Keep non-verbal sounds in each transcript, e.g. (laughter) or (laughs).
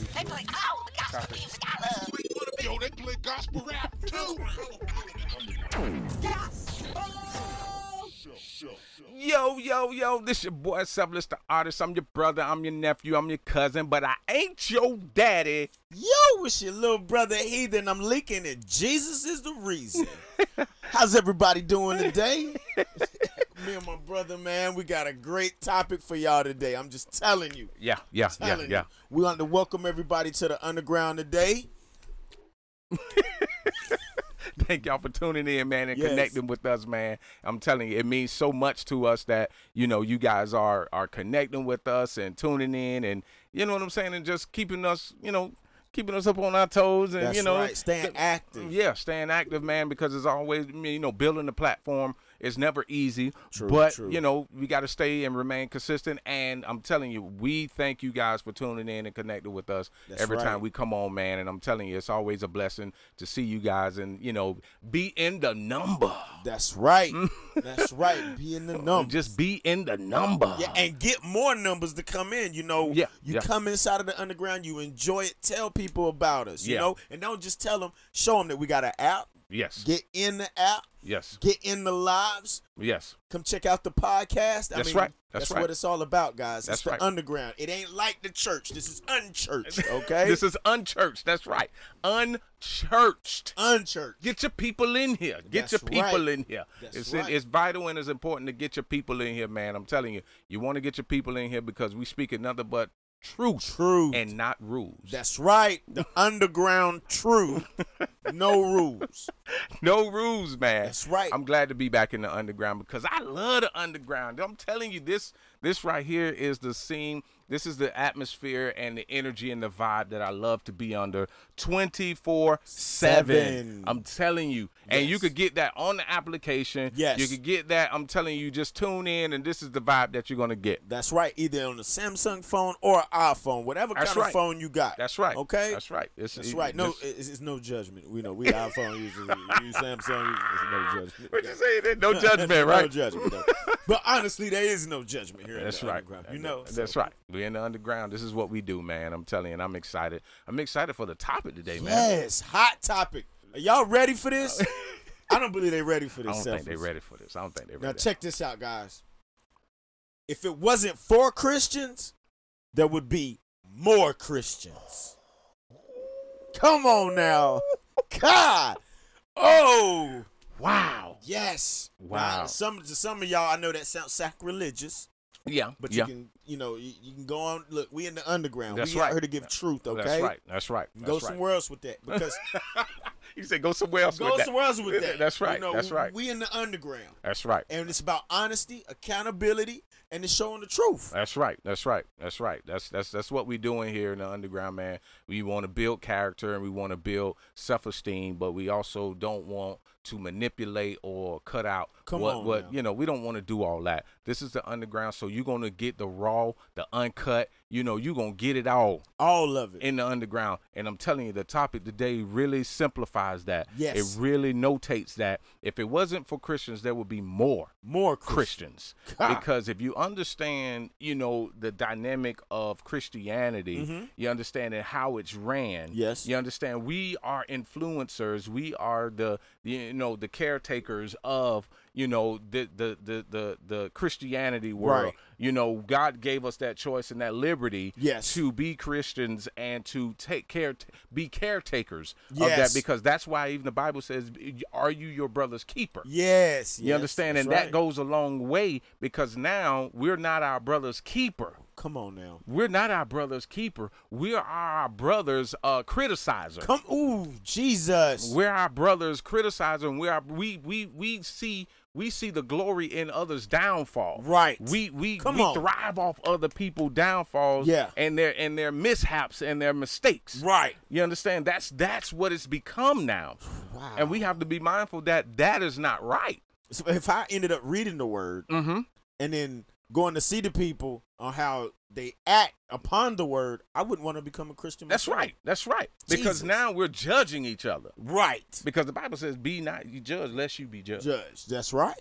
They play all the gospel music I love. Yo, they play gospel rap too. Yo, yo, yo, this your boy Selfless the Artist. I'm your brother, I'm your nephew, I'm your cousin, but I ain't your daddy. Yo, it's your little brother Heathen. I'm leaking it. Jesus is the (laughs) reason. How's everybody doing today? (laughs) Me and my brother, man, we got a great topic for y'all today. I'm just telling you. Yeah, yeah, yeah, Telling yeah. you. We want to welcome everybody to the underground today. (laughs) Thank y'all for tuning in, man, and Yes. connecting with us, man. I'm telling you, it means so much to us that, you know, you guys are are connecting with us and tuning in and you know what I'm saying, and just keeping us, you know, keeping us up on our toes and That's you know right. Staying active. Yeah, staying active, man, because it's always I mean, you know building the platform is never easy. True, but true. you know we got to stay and remain consistent. And I'm telling you, we thank you guys for tuning in and connecting with us That's every right. time we come on, man. And I'm telling you, it's always a blessing to see you guys and you know be in the number. That's right. That's right. Be (laughs) in the number. Mm. Oh, Just be in the number. Yeah, and get more numbers to come in. You know, Yeah, you yeah. come inside of the underground, you enjoy it. Tell people about us. You Yeah. know, and don't just tell them. Show them that we got an app. yes. Get in the app. yes. Get in the lives. yes. Come check out the podcast. I That's mean, right. That's right. what it's all about, guys. That's it's the right. underground. It ain't like the church. This is (laughs) unchurched. Okay. This is unchurched. That's right. Unchurched. unchurched. Get your people in here. Get That's your people right. in here. That's it's right. it's vital and it's important to get your people in here, man. I'm telling you, you want to get your people in here because we speak another but truth, Truth. and not rules. That's right. The underground truth. (laughs) No rules. no rules, man. That's right. I'm glad to be back in the underground because I love the underground. I'm telling you, this this right here is the scene. This is the atmosphere and the energy and the vibe that I love to be under 24 7. Seven. I'm telling you. And you Yes. could get that on the application. Yes. You could get that. I'm telling you, just tune in and this is the vibe that you're going to get. That's right. Either on the Samsung phone or iPhone, whatever That's kind right. of phone you got. That's right. Okay. That's right. It's, That's right. No, it's- it's, it's no judgment. We know we iPhone users, you Samsung users. It's no (laughs) what you judgment. say? No (laughs) judgment, (laughs) no right? judgment. though. but honestly, there is no judgment here. in That's the right. underground, You know. That's right. We're in the underground. This is what we do, man. I'm telling you, and I'm excited. I'm excited for the topic today, man. Yes. Hot topic. Are y'all ready (laughs) for this? I don't believe they're ready for I this. don't think they're selfies. ready for this. I don't think they're Now ready. check this out, guys. If it wasn't for Christians, there would be more Christians. Come on now. God. Oh, Wow. yes. Now, Wow. some to some of y'all, I know that sounds sacrilegious, Yeah. but yeah. you can, you know, you, you can go on. Look, we in the underground. That's we right. out here to give truth, okay? That's right. That's right. go That's right. somewhere else with (laughs) that because You said go somewhere else. go with that. somewhere else (laughs) with that. That's right. You know, That's right. We in the underground, That's right. and it's about honesty, accountability, and it's showing the truth. That's right. That's right. That's right. That's that's that's what we doing here in the underground, man. We want to build character and we want to build self-esteem, but we also don't want to manipulate or cut out Come what on what now. you know. We don't want to do all that. This is the underground, so you're gonna get the raw, the uncut. You know, you're gonna get it all All of it. in the underground. And I'm telling you, the topic today really simplifies that. Yes. It really notates that if it wasn't for Christians, there would be more more Christian. Christians God. because if you understand, you know, the dynamic of Christianity, you understand and how it's ran. Mm-hmm. Yes. you understand we are influencers. We are the you know the caretakers of you know the the the the, the Christianity world. Right. You know, God gave us that choice and that liberty Yes. to be Christians and to take care, be caretakers of that Yes. because that's why even the Bible says, "Are you your brother's keeper?" Yes, You yes, understand? that's And that right. goes a long way because now we're not our brother's keeper. Come on now. We're not our brother's keeper. We are our brother's uh, criticizer. Come, ooh, Jesus. We're our brother's criticizer, and we are we we we see we see the glory in others' downfall. Right. We we Come we on. thrive off other people' downfalls. Yeah. And their and their mishaps and their mistakes. right. You understand? That's that's what it's become now. Wow. And we have to be mindful that that is not right. So if I ended up reading the word Mm-hmm. and then going to see the people on how they act upon the word, I wouldn't want to become a Christian. That's myself. right. That's right. Because Jesus. now we're judging each other. Right. Because the Bible says, "Be not you judge, lest you be judged." Judge. That's right.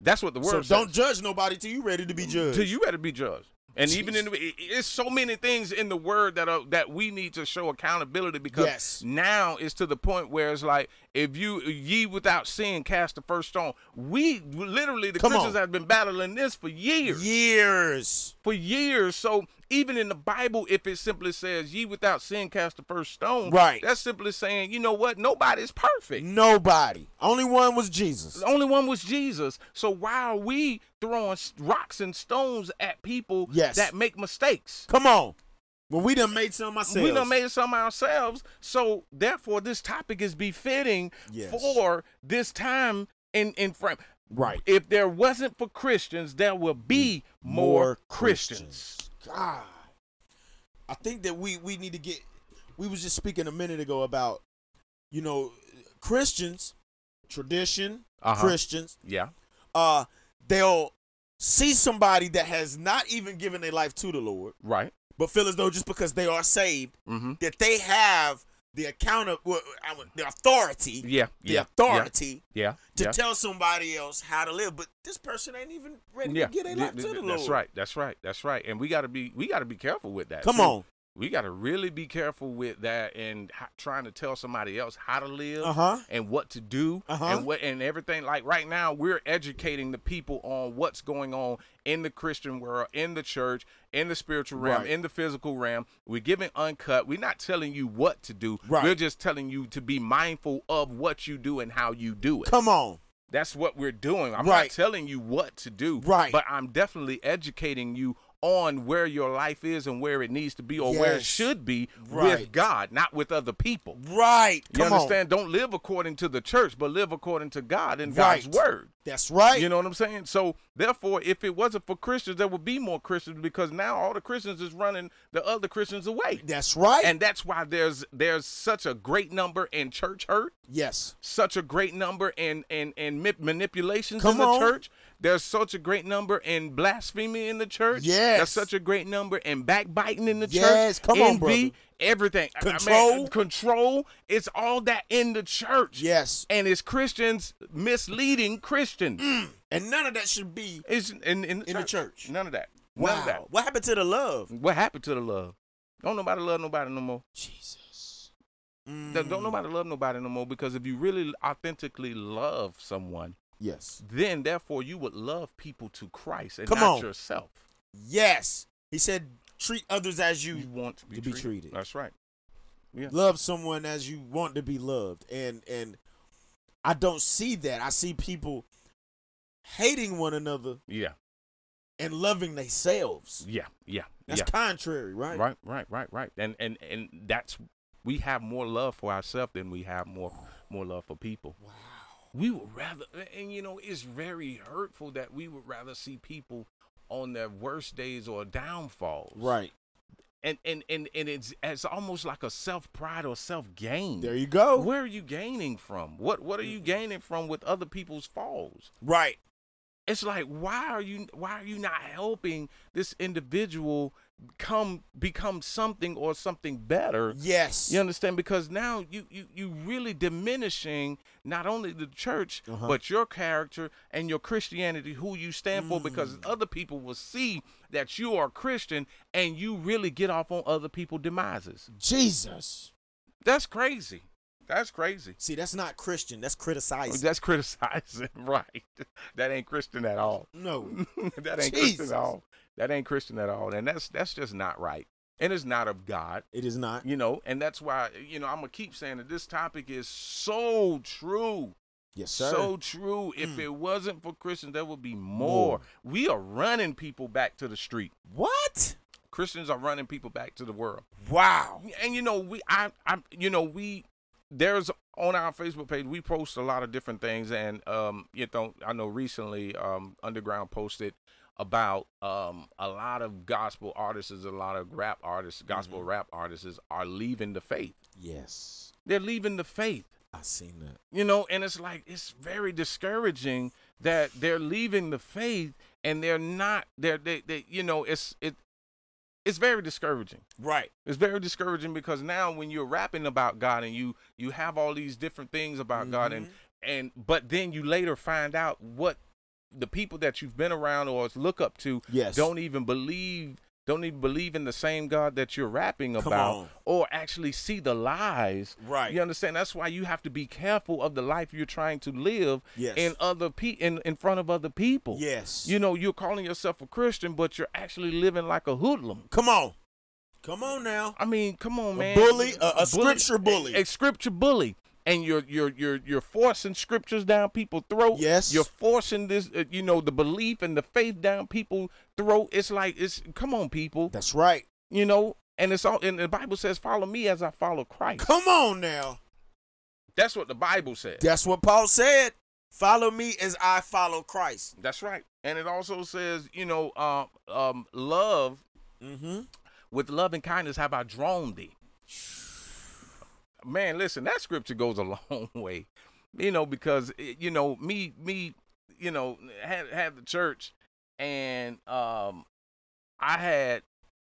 That's what the so word don't says. judge nobody till you ready to be judged. Till you better be judged. And even in the, it- it's so many things in the word that are that we need to show accountability because Yes. now it's to the point where it's like if you ye without sin cast the first stone. We literally the Come Christians on. have been battling this for years years. for years. So even in the Bible, if it simply says "ye without sin cast the first stone," Right. That's simply saying, you know what? Nobody's perfect. Nobody. Only one was Jesus. The only one was Jesus. So why are we throwing s- rocks and stones at people Yes. that make mistakes? Come on. Well, we done made some ourselves. We done made some ourselves. So therefore, this topic is befitting Yes. for this time in in frame. right. If there wasn't for Christians, there would be Mm. more, Christians. God, I think that we we need to get. We was just speaking a minute ago about, you know, Christians, tradition, Uh-huh. Christians. Yeah. Uh, they'll see somebody that has not even given their life to the Lord, Right. but feel as though just because they are saved Mm-hmm. that they have the account of well, I would- the authority, Yeah. yeah, the Yeah. authority Yeah. to yeah. tell somebody else how to live. But this person ain't even ready to get their th- life to th- the th- Lord. That's right. That's right. That's right. And we gotta be we gotta be careful with that. Come too. on. We gotta really be careful with that and h- trying to tell somebody else how to live Uh-huh. and what to do Uh-huh. and what and everything. Like right now, we're educating the people on what's going on in the Christian world, in the church, in the spiritual realm, Right. in the physical realm. We're giving uncut. We're not telling you what to do. Right. We're just telling you to be mindful of what you do and how you do it. Come on. That's what we're doing. I'm Right. not telling you what to do. Right. But I'm definitely educating you on where your life is and where it needs to be or where Yes. it should be Right. with God, not with other people. Right. You Come on. understand? Don't live according to the church, but live according to God and Right. God's word. That's right. You know what I'm saying? So therefore, if it wasn't for Christians, there would be more Christians because now all the Christians is running the other Christians away. That's right. And that's why there's there's such a great number in church hurt yes. such a great number in in in ma- manipulations Come in the on. church. There's such a great number in blasphemy in the church. Yes. There's such a great number in backbiting in the church. Yes, come on, envy, brother. everything. I- I mean, Control. control. It's all that in the church. Yes. And it's Christians misleading Christians. And none of that should be. It's in, in, the, Mm. In the church. church. None of that. None Wow. of that. Mm. What happened to the love? What happened to the love? Don't nobody love nobody no more. Jesus. Mm. Don't- Don't nobody love nobody no more because if you really authentically love someone, Yes. then therefore you would love people to Christ and Come not on. yourself. Yes. He said, "Treat others as you You want to be, To be treated. That's right. Yeah. love someone as you want to be loved." And and I don't see that. I see people hating one another Yeah. and loving themselves. Yeah. Yeah. That's yeah. contrary, right? right. Right. Right. Right. And and and that's we have more love for ourselves than we have more more love for people. Wow. We would rather, and you know, it's very hurtful that we would rather see people on their worst days or downfalls. Right. And and and and it's it's almost like a self pride or self gain. There you go. Where are you gaining from? What what are you gaining from with other people's falls? Right. It's like why are you why are you not helping this individual come become something or something better? Yes. You understand? Because now you you you really diminishing not only the church Uh-huh. but your character and your Christianity, who you stand for, because Mm. other people will see that you are Christian and you really get off on other people's demises. Jesus. That's crazy. That's crazy. See, that's not Christian. That's Oh, criticizing. That's criticizing, (laughs) right? That ain't Christian at all. (laughs) no. that ain't Jesus. Christian at all. That ain't Christian at all, and that's that's just not right. And it's not of God, It is (laughs) not. you know. And that's why you know I'm gonna keep saying that this topic is so true, Yes, sir. Mm. so true. If it wasn't for Christians, there would be more. More. We are running people back to the street. what? Christians are running people back to the world. Wow. and you know we I I you know we there's on our Facebook page we post a lot of different things and um you know I know recently um Underground posted about um a lot of gospel artists a lot of rap artists gospel rap artists are leaving the faith Yes. they're leaving the faith I seen that. you know and it's like it's very discouraging that they're leaving the faith and they're not they're they, they you know it's it it's very discouraging Right. it's very discouraging because now when you're rapping about God and you you have all these different things about God and Mm-hmm. and but then you later find out what the people that you've been around or look up to Yes. don't even believe don't even believe in the same God that you're rapping Come about on. or actually see the lies. Right. You understand? That's why you have to be careful of the life you're trying to live Yes. in other pe- in, in front of other people. Yes. You know, you're calling yourself a Christian, but you're actually living like a hoodlum. Come on. Come on now. I mean, come on, A Oh, man. bully, a- a scripture bully. a, a scripture bully, and you're you're you're you're forcing scriptures down people's throat. Yes. you're forcing this, uh, you know, the belief and the faith down people's throat. It's like it's come on, people, That's right. you know, and it's all. And the Bible says, "Follow me as I follow Christ." Come on now. That's what the Bible says. That's what Paul said. Follow me as I follow Christ. That's right, and it also says, you know, uh, um, love Mm-hmm. with love and kindness have I drawn thee. Man, listen, that scripture goes a (laughs) long way, you know, because it, you know me, me, you know, had had the church, and um, I had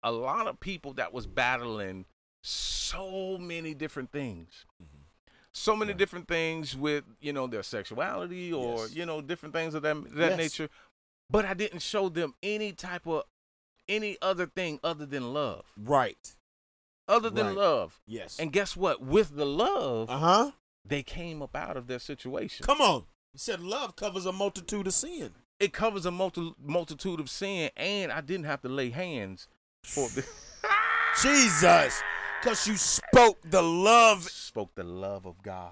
a lot of people that was battling so many different things. So many different things with you know their sexuality or Yes. you know different things of that that Yes. nature, but I didn't show them any type of any other thing other than love. Right. Other than Right. love. Yes. And guess what? With the love, uh huh. they came up out of their situation. Come on. He said love covers a multitude of sin. It covers a multi- multitude of sin, and I didn't have to lay hands for (laughs) the. (laughs) Jesus. Cause you spoke the love spoke the love of God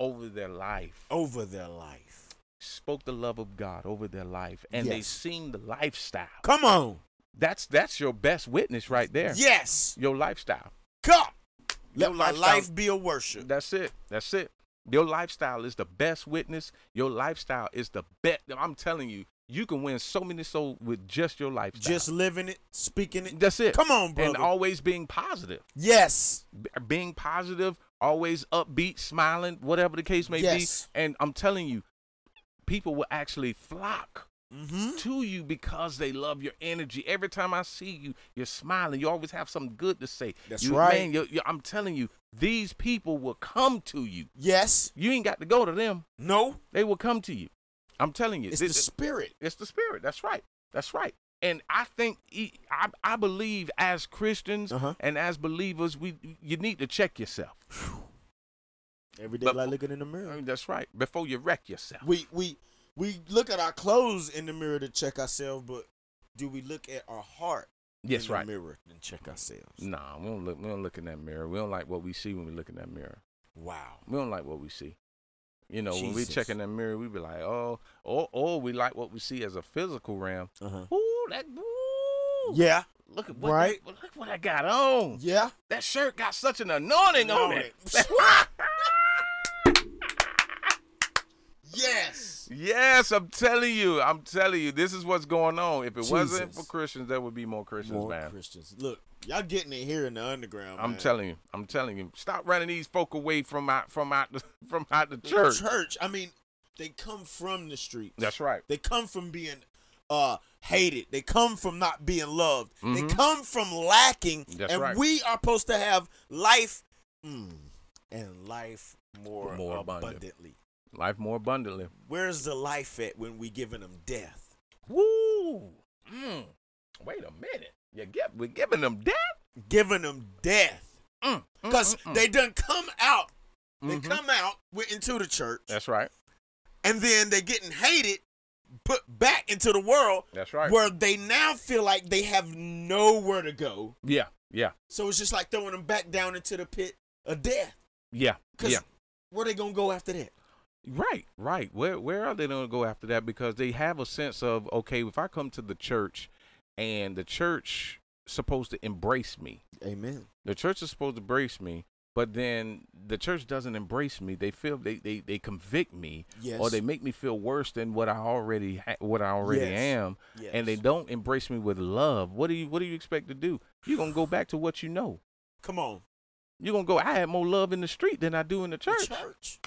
over their life. over their life. Spoke the love of God over their life, and they Yes. seen the lifestyle. Come on. That's that's your best witness right there. Yes. Your lifestyle. Come. Your Let my lifestyle- life be a worship. That's it. That's it. Your lifestyle is the best witness. Your lifestyle is the best. I'm telling you, you can win so many souls with just your lifestyle. Just living it, speaking it. that's it. Come on, And brother. always being positive. yes. B- Being positive, always upbeat, smiling, whatever the case may Yes. be. And I'm telling you, people will actually flock Mm-hmm. to you because they love your energy. Every time I see you, you're smiling. You always have something good to say. That's You- right. Man, you you- I'm telling you, these people will come to you. Yes. You ain't got to go to them. No. They will come to you. I'm telling you, It's thi- the spirit. it's the spirit. That's right. That's right. And I think e- I, I believe as Christians Uh-huh. and as believers, we you need to check yourself. Every day, But- like looking in the mirror. That's right. Before you wreck yourself. Uh-huh. we we we look at our clothes in the mirror to check ourselves, but do we look at our heart Yes, in the right. mirror and check ourselves? Nah, we don't look. We don't look in that mirror. We don't like what we see when we look in that mirror. Wow. We don't like what we see. You know, when we Jesus. check in that mirror, we be like, oh, or or we like what we see as a physical realm. Uh-huh. Ooh, that. Ooh, Yeah. Look at what. Right. That, look what I got on. Yeah. That shirt got such an anointing on Anointing. it. (laughs) Yes. yes, I'm telling you. I'm telling you. This is what's going on. If it wasn't for Jesus. Christians, there would be more Christians, More man. Christians. Look, y'all getting it here in the underground. I'm man. telling you. I'm telling you. Stop running these folk away from out from out (laughs) the, from out the The church. Church. I mean, they come from the streets. That's right. They come from being uh hated. They come from not being loved. Mhm. They come from lacking. That's and right. we are supposed to have life mm, and life more, More abundant. abundantly. Life more abundantly. Where's the life at when we giving them death? Woo. Mm. Wait a minute. You get we're giving them death. Giving them death. Mm, mm, Because mm, mm. they done come out. They Mhm. come out with, into the church. That's right. and then they getting hated, put back into the world That's right. where they now feel like they have nowhere to go. Yeah. Yeah. So it's just like throwing them back down into the pit of death. Yeah. Because yeah. where they gonna go after that? Right, right. Where where are they going to go after that? Because they have a sense of okay, if I come to the church, and the church supposed to embrace me, Amen. the church is supposed to embrace me, but then the church doesn't embrace me. They feel they they, they convict me, Yes. or they make me feel worse than what I already ha- what I already Yes. am, and they Yes. don't embrace me with love. What do you what do you expect to do? You're gonna go back to what you know. Come on. You're gonna go. I had more love in the street than I do in the The church. church.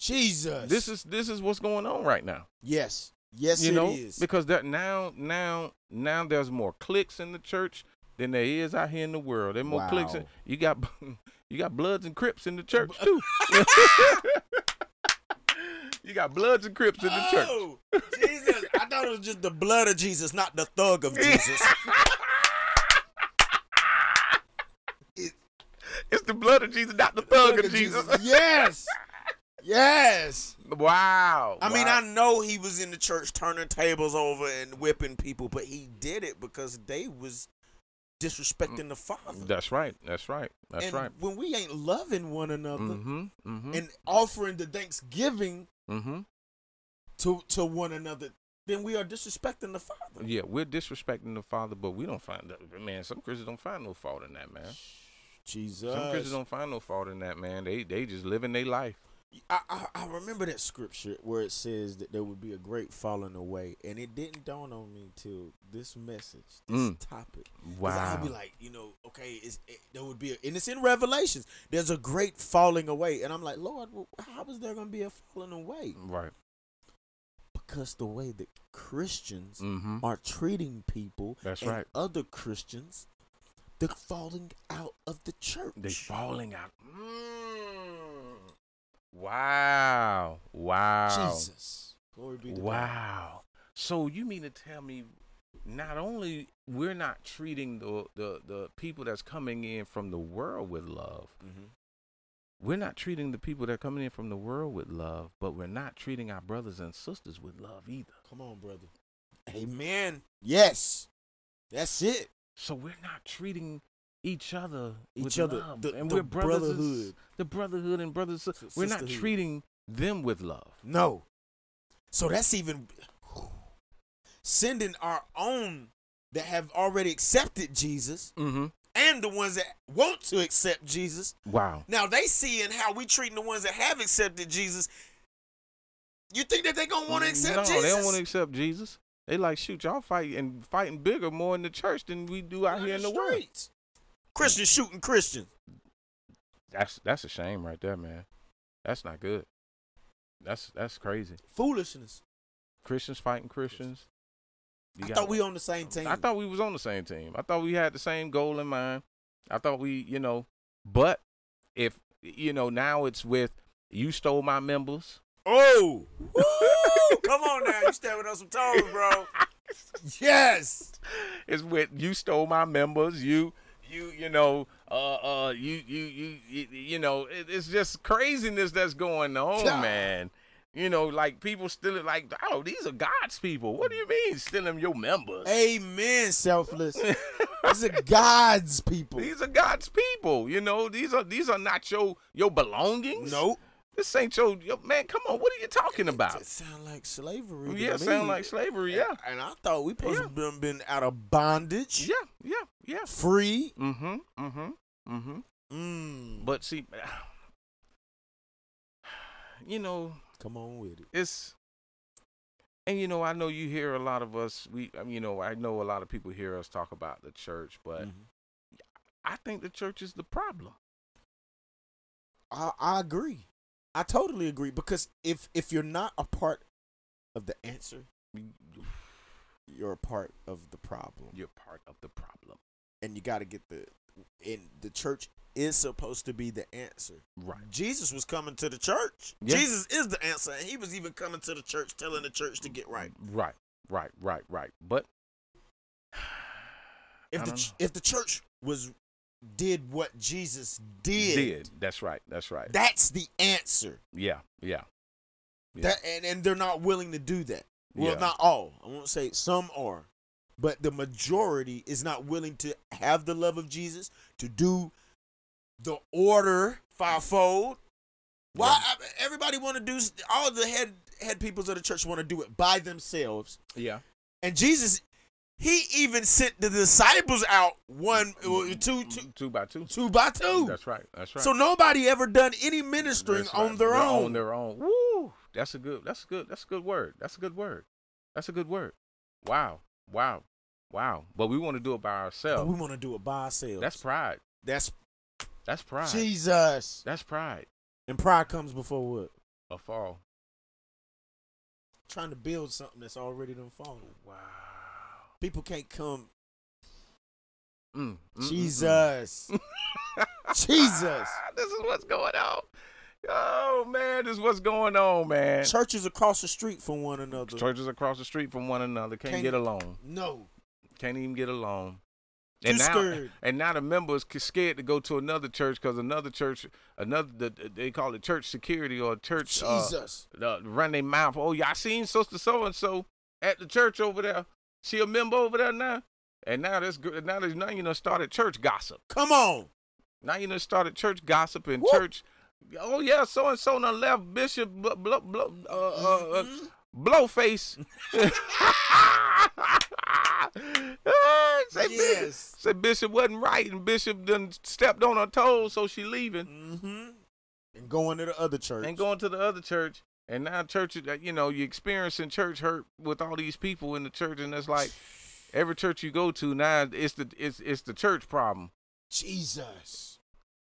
Jesus. This is this is what's going on right now. yes. Yes, you it know is. because that now now now there's more clicks in the church than there is out here in the world there's more clicks in, Wow. you got (laughs) you got bloods and crips in the church too (laughs) you got bloods and crips in the church (laughs) Oh, Jesus. I thought it was just the blood of Jesus, not the thug of Jesus. It's the blood of Jesus, not the thug of Jesus. (laughs) Yes. Yes. Wow. I mean, wow. I know he was in the church turning tables over and whipping people, but he did it because they was disrespecting the Father. That's right. That's right. That's and right. when we ain't loving one another Mm-hmm. Mm-hmm. and offering the thanksgiving mm-hmm. to, to one another, then we are disrespecting the Father. Yeah, we're disrespecting the Father, but we don't find that. Man, some Christians don't find no fault in that, man. Jesus. Some Christians don't find no fault in that, man. They they just living their life. I, I, I remember that scripture where it says that there would be a great falling away, and it didn't dawn on me till this message, this Mm. topic. 'Cause Wow. I'd be like, you know, okay, it's, it, there would be, a, and it's in Revelations. There's a great falling away, and I'm like, Lord, well, how is there gonna be a falling away? right. Because the way that Christians Mm-hmm. are treating people That's and right. other Christians, they're falling out of the church. They falling out. Mm. Wow. Wow. Jesus, glory be to God. Wow. So you mean to tell me not only we're not treating the, the, the people that's coming in from the world with love, Mhm. we're not treating the people that are coming in from the world with love, but we're not treating our brothers and sisters with love either. Come on, brother. Amen. Yes. That's it. So we're not treating each other with Each other. love. The- and the we're brothers and s- brotherhood. the brotherhood and brothers. and sis- S- We're not sisterhood. treating them with love. No. So that's even sending our own that have already accepted Jesus Mm-hmm. and the ones that want to accept Jesus. Wow. Now they seeing how we treating the ones that have accepted Jesus. You think that they gonna want to accept no, Jesus? they don't want to accept Jesus. They like shoot y'all fight and fighting bigger more in the church than we do out On here in the world. streets. Christians shooting Christians. That's that's a shame right there, man. That's not good. That's that's crazy. Foolishness. Christians fighting Christians. You I got- thought we on the same team. I thought we was on the same team. I thought we had the same goal in mind. I thought we, you know, but if you know now it's with you stole my members. (laughs) Oh, Woo! (laughs) come on now, you stepping on some toes, bro. (laughs) Yes, It's with you stole my members. You you you know uh uh you you you you, you know it, it's just craziness that's going on, Yeah. man. You know, like people still like, oh, these are God's people. What do you mean stealing your members? amen. Selfless. These are God's (laughs) people. These are God's people. You know, these are these are not your your belongings. Nope. This ain't your, your man. Come on, what are you talking about? That sound like slavery. to Yeah, me. sound like slavery. Yeah, And I thought we supposed Yeah. to been, been out of bondage, yeah, yeah, yeah. free. Mm-hmm. Mm-hmm. Mm-hmm. Mm. But see, (sighs) you know, Come on with it. it's and you know, I know you hear a lot of us. We, um, you know, I know a lot of people hear us talk about the church, but Mhm. I think the church is the problem. I, I agree. I totally agree because if if you're not a part of the answer, you're a part of the problem. You're part of the problem, and you got to get the and the church is supposed to be the answer. right? Jesus was coming to the church. Yeah. Jesus is the answer, and he was even coming to the church, telling the church to get right. Right, right, right, right. But If I the don't ch- know. if the church was did what Jesus did, did that's right, that's right. that's the answer. yeah, yeah. Yeah. That and, and they're not willing to do that. Well, Yeah. not all. I won't say some are, but the majority is not willing to have the love of Jesus to do the order fivefold. Why I- everybody want to do s- all the head head peoples of the church want to do it by themselves, Yeah. and Jesus, he even sent the disciples out one well, two two Two by two. two by two. Mm-hmm. That's right. That's right. So nobody ever done any ministering That's on right. their They're own. On their own. Woo! That's a good. That's a good. That's a good word. That's a good word. That's a good word. Wow. Wow. Wow. But we want to do it by but we ourselves. want to do it by ourselves. That's pride. That's That's pride. Jesus. That's pride. And pride comes before what? A fall. Trying to build something that's already done fallen. Wow. People can't come. Mm, mm, mm, (laughs) Jesus. mm. Jesus. Ah, this is what's going on. Oh man, this is what's going on, man. Churches across the street from one another. Churches across the street from one another can't Can't- get along. No. Can't even get along. and Too now scared. and now the members c- scared to go to another church because another church, another the, they call it church security or church uh, Jesus. uh, run their mouth. Oh, y'all seen sister so and so at the church over there. She a member over there now, and now this gr- now there's now you know started church gossip. Come on. Now you know started church gossip and Woo. church. Oh yeah, so and so done left Bishop bl- bl- bl- uh, uh, uh, Mm-hmm. Blowface. (laughs) say, Bishop, Yes. say Bishop wasn't right, and Bishop done stepped on her toes, so she leaving Mm-hmm. And going to the other church. and going to the other church. And now church, is- you know, you're experiencing church hurt with all these people in the church, and it's like every church you go to now, it's the it's it's the church problem. Jesus.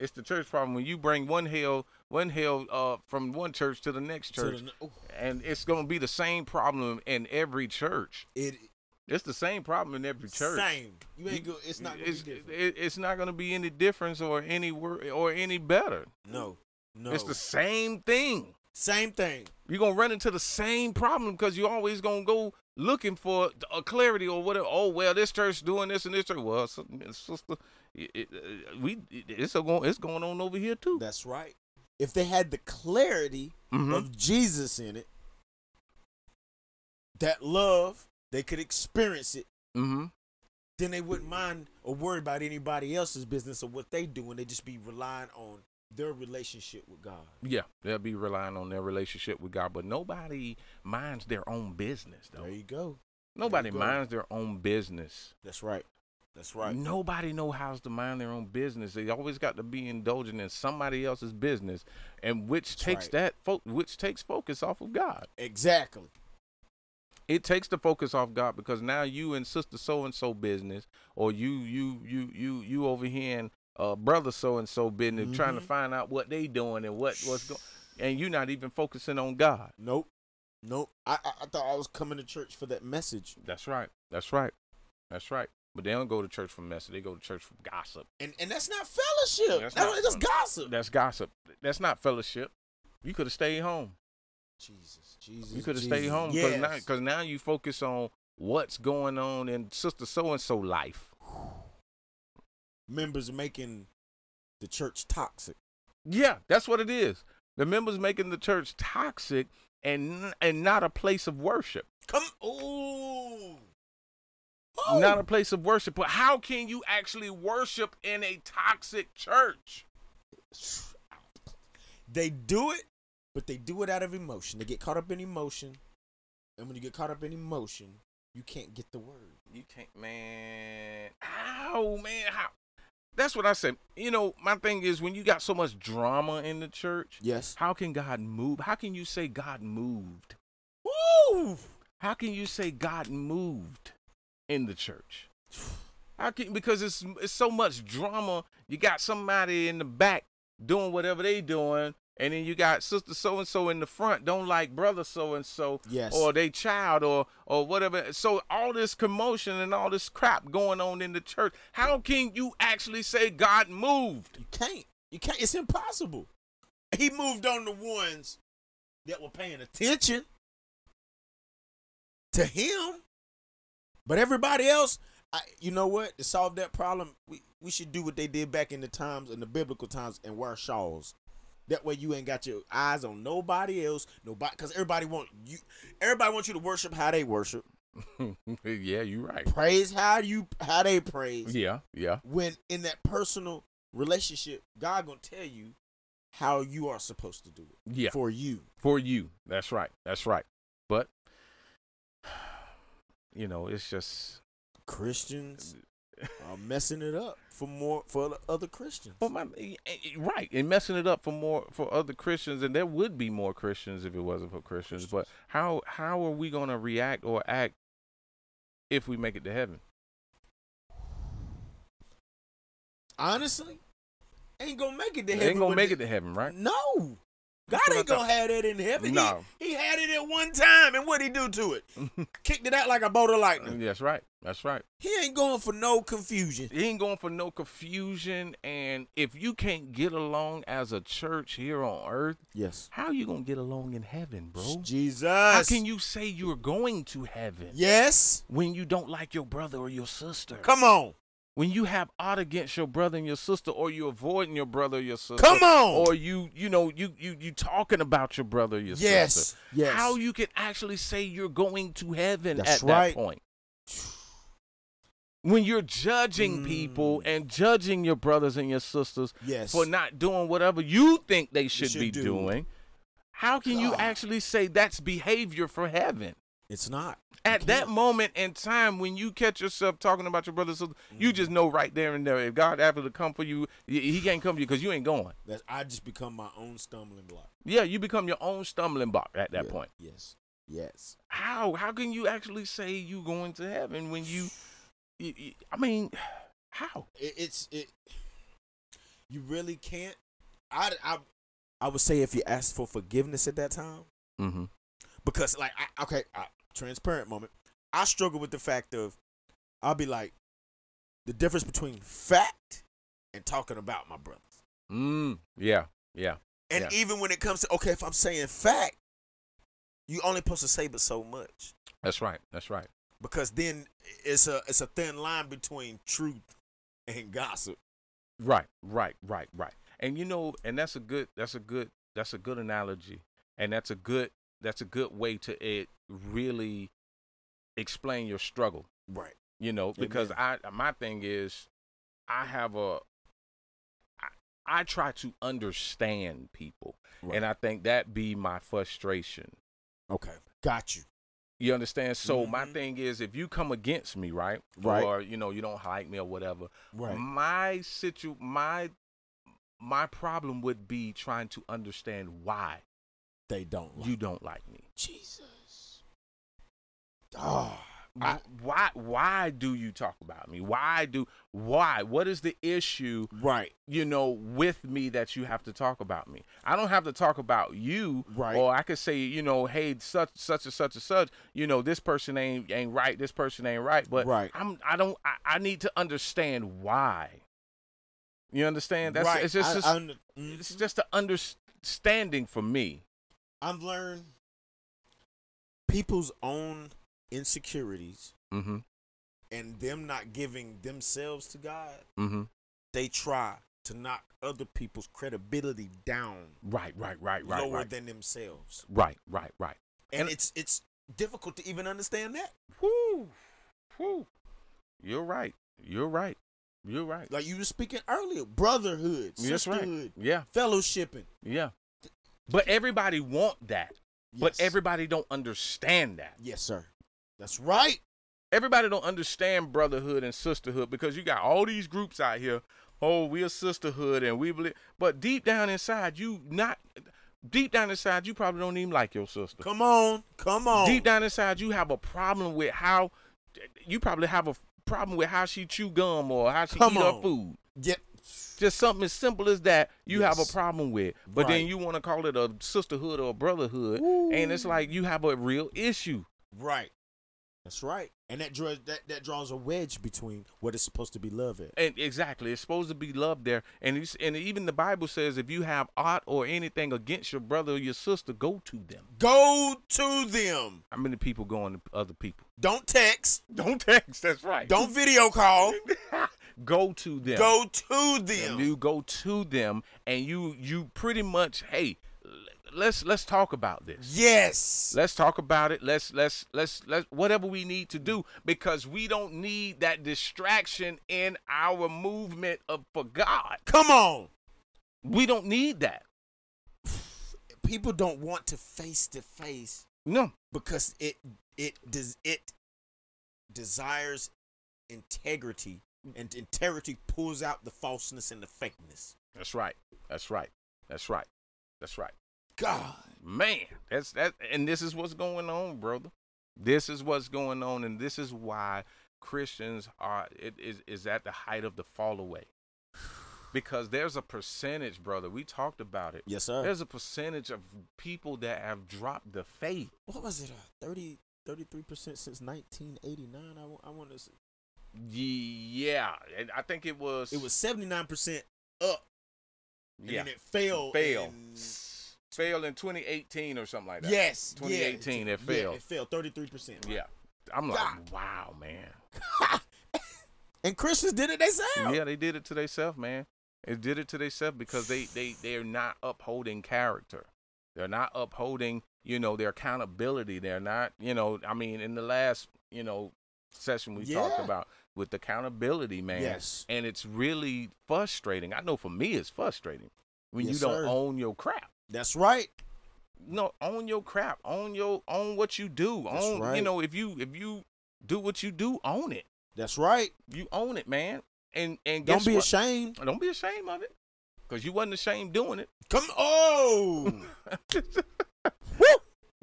It's the church problem when you bring one hell one hell uh from one church to the next To church, the- oh, and it's gonna be the same problem in every church. it It's the same problem in every church. same. You ain't go. It's not. Gonna it's, be different. it- it's not gonna be any difference or any wor- or any better. no. No. It's the same thing. same thing. you're gonna run into the same problem because you're always gonna go looking for a clarity or whatever. Oh well, this church doing this and this church. Well, sis- sister, it, it, uh, we it- it's a going it's going on over here too. That's right. If they had the clarity Mhm. of Jesus in it, that love, they could experience it. Mm-hmm. Then they wouldn't mind or worry about anybody else's business or what they do, and they just be relying on their relationship with God. Yeah, they'll be relying on their relationship with God, but nobody minds their own business though. There you go. Nobody go. minds their own business. That's right. That's right. Nobody know how to mind their own business. They always got to be indulging in somebody else's business, and which That's takes right. that fo- which takes focus off of God. Exactly. it takes the focus off God because now you in sister so and so business, or you you you you you over here in uh, brother so and so business, trying to Mm-hmm. find out what they doing and what what's going, and you not even focusing on God. Nope. Nope. I, I I thought I was coming to church for that message, That's right. That's right. That's right. But they don't go to church for mess. They go to church for gossip. and and that's not fellowship. That's That's, not that's fellowship. gossip. That's gossip. That's not fellowship. You could have stayed home. Jesus, Jesus. You could have Jesus. stayed home because Yes. now because now you focus on what's going on in sister so and so life. members making the church toxic. Yeah, that's what it is. The members making the church toxic and and not a place of worship. Come, ooh, Oh, Not a place of worship. But how can you actually worship in a toxic church? they do it, but they do it out of emotion. They get caught up in emotion, and when you get caught up in emotion, you can't get the word. You can't man. Ow, man, how that's what I said. You know, my thing is when you got so much drama in the church, Yes. how can God move? How can you say God moved? Woo! How can you say God moved in the church? How can because it's it's so much drama. You got somebody in the back doing whatever they doing, and then you got sister so and so in the front don't like brother so and so, Yes. or they child or or whatever. So all this commotion and all this crap going on in the church. How can you actually say God moved? You can't. You can't. It's impossible. He moved on the ones that were paying attention to him, but everybody else. I, you know what? To solve that problem, we, we should do what they did back in the times, in the biblical times, and wear shawls. That way, you ain't got your eyes on nobody else. Nobody, because everybody want you. Everybody wants you to worship how they worship, (laughs) yeah, you're right. praise how you how they praise Yeah, yeah. when in that personal relationship, God gonna tell you how you are supposed to do it Yeah. for you. for you. That's right. That's right. But (sighs) you know, it's just Christians are messing it up for more for the other Christians. well, my, eh, right and messing it up for more for other Christians, and there would be more Christians if it wasn't for Christians. But how how are we gonna react or act if we make it to heaven? Honestly, ain't gonna make it to heaven. They ain't gonna with make the- it to heaven, right? No. God what I ain't gonna have that in heaven. He- No. He, had it at one time, and what'd he do to (laughs) it? Kicked it out like a bolt of lightning. That's right. That's right. He ain't going for no confusion. He ain't going for no confusion. And if you can't get along as a church here on earth, Yes. how you gonna get along in heaven, bro? Jesus. How can you say you're going to heaven? Yes. when you don't like your brother or your sister. Come on. when you have odd against your brother and your sister, or you avoiding your brother or your sister, Come on! or you you know you you you talking about your brother or your Yes, sister, yes. how you can actually say you're going to heaven at That's that right. point. When you're judging people and judging your brothers and your sisters Mm. Yes. for not doing whatever you think they should, should be do. doing, how can you God. actually say that's behavior for heaven? It's not. At that moment in time, when you catch yourself talking about your brother, and sister, you just know right there and there. If God after to come for you, y- He can't come for you because you ain't going. That I just become my own stumbling block. Yeah, you become your own stumbling block at that Yeah. point. Yes. Yes. How how can you actually say you going to heaven when you? y- y- I mean, (sighs) how? It, it's it. You really can't. I, I I would say if you ask for forgiveness at that time, Mm-hmm. because like I, okay, I, transparent moment. I struggle with the fact of I'll be like the difference between fact and talking about my brother. Mm. Yeah. Yeah. And Yeah. even when it comes to okay, if I'm saying fact, you only supposed to say but so much That's right. That's right. because then it's a it's a thin line between truth and gossip. Right, right, right, right. And you know, and that's a good that's a good that's a good analogy. And that's a good that's a good way to it really explain your struggle, Right. you know, because I my thing is I have a I, I try to understand people. Right. And I think that be my frustration. Okay. Got you. You understand? So my Mhm. thing is, if you come against me, right? Right. Or you know, you don't like me or whatever. Right. My situ, my my problem would be trying to understand why They don't like you don't like me. Jesus. Oh, Wh- why? Why do you talk about me? Why do? Why? What is the issue? right. you know, with me that you have to talk about me. I don't have to talk about you, Right. Or I could say, you know, hey, such such and such and such. You know, this person ain't ain't right. This person ain't right. But Right. I'm I don't I, I need to understand why. You understand? That's right. it's just, I- it's, I under- mm. it's just an understanding for me. I've learned people's own insecurities Mm-hmm. and them not giving themselves to God, Mm-hmm. they try to knock other people's credibility down Right. Right. Right. Right. lower right. than themselves. right. Right. Right. And, And- it's it's difficult to even understand that. Whoo. Whoo. You're right. You're right. You're right. Like you were speaking earlier, brotherhood, That's right. sisterhood, Yeah. fellowshipping. Yeah. But everybody want that. But Yes. everybody don't understand that. Yes, sir. That's right. Everybody don't understand brotherhood and sisterhood because you got all these groups out here. Oh, we're sisterhood and we believe. But deep down inside, you not. Deep down inside, you probably don't even like your sister. Come on. Come on. Deep down inside, you have a problem with how. You probably have a problem with how she chew gum or how she Come eat on. her food. Yeah. Just something as simple as that you have a Yes. problem with. But then Right. you want to call it a sisterhood or a brotherhood. And it's like you have a real issue. Right. That's right. And that draws that, that draws a wedge between what is supposed to be love at. And exactly, it's supposed to be love there. And it's, and even the Bible says if you have aught or anything against your brother or your sister, go to them. Go to them. How many people going to other people? (laughs) Don't text. Don't text. That's right. Don't video call. (laughs) go to them. Go to And them. you go to them, and you you pretty much hey, l- let's let's talk about this. Yes. Let's talk about it. Let's let's let's let's whatever we need to do because we don't need that distraction in our movement of for God. Come on. We don't need that. People don't want to face to face No. because it it does it desires integrity and integrity pulls out the falseness and the fakeness. That's right. That's right. That's right. That's right. God. Man, that's that and this is what's going on, brother. This is what's going on and this is why Christians are it is is at the height of the fall away. Because there's a percentage, brother. We talked about it. Yes, sir. There's a percentage of people that have dropped the faith. what was it? Uh, 30, 33% since 1989. I, wa- I want to say. Yeah, and I think it was. It was 79% up. And yeah, then it failed. fail, in- fail in 2018 or something like that. yes. 2018, yeah, it failed. Yeah, it failed 33%. right? yeah. I'm like, God. wow, man. And Christians did it themselves. Yeah, they did it to themselves, man. They did it to themselves because they they they're not upholding character. They're not upholding, you know, their accountability. They're not, you know, I mean, in the last, you know, session we talked Yeah. about with accountability, man. Yes. And it's really frustrating. I know for me it's frustrating when Yes, you don't sir. own your crap. That's right. No, own your crap. Own your own what you do. That's own you right. know, if you if you do what you do, own it. That's right. You own it, man. And and Don't guess be what? ashamed. Don't be ashamed of it. Because you wasn't ashamed doing it. Come oh. (laughs) Woo!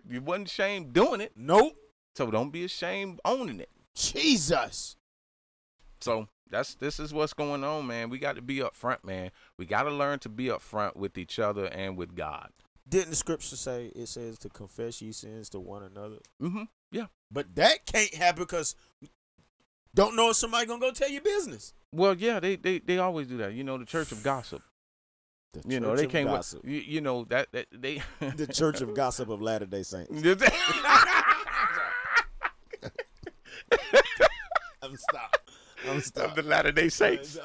You wasn't ashamed doing it. Nope. So don't be ashamed owning it. Jesus. So that's this is what's going on, man. We got to be up front, man. We got to learn to be up front with each other and with God. Didn't the scripture say it says to confess ye sins to one another? Mm-hmm. Yeah. But that can't happen because don't know if somebody gonna go tell you business. Well, yeah, they, they they always do that. You know, the church of gossip. The You know, church they of can't. wa- gossip. You, you know that, that (laughs) they. (laughs) the church of gossip of Latter Day Saints. (laughs) I'm stop. I'm of stop. the Latter Day (laughs) Saints.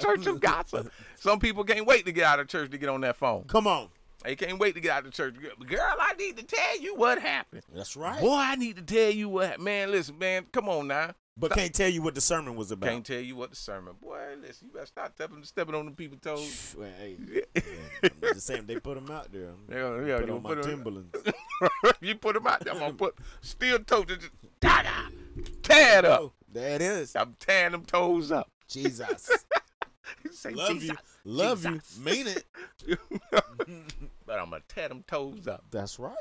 church of gossip. Some people can't wait to get out of church to get on that phone. Come on. They can't wait to get out of church. Girl, I need to tell you what happened. That's right. Boy, I need to tell you what. hap- Man, listen, man, come on now. But can't tell you what the sermon was about. Can't tell you what the sermon. Boy, listen, you better stop stepping, stepping on the people's toes. (laughs) Well, hey, (laughs) yeah, I'm just saying they put them out there. Yeah, yeah, put you on my put 'em- Timberlands. (laughs) you put them out there. I'm gonna put steel toes. Just, da-da, tear it up. Oh, there it is. I'm tearing them toes up. (laughs) Jesus. Say, Love you. "Jesus." (laughs) Love you. Mean it. but I'm gonna tear them toes up. That's right.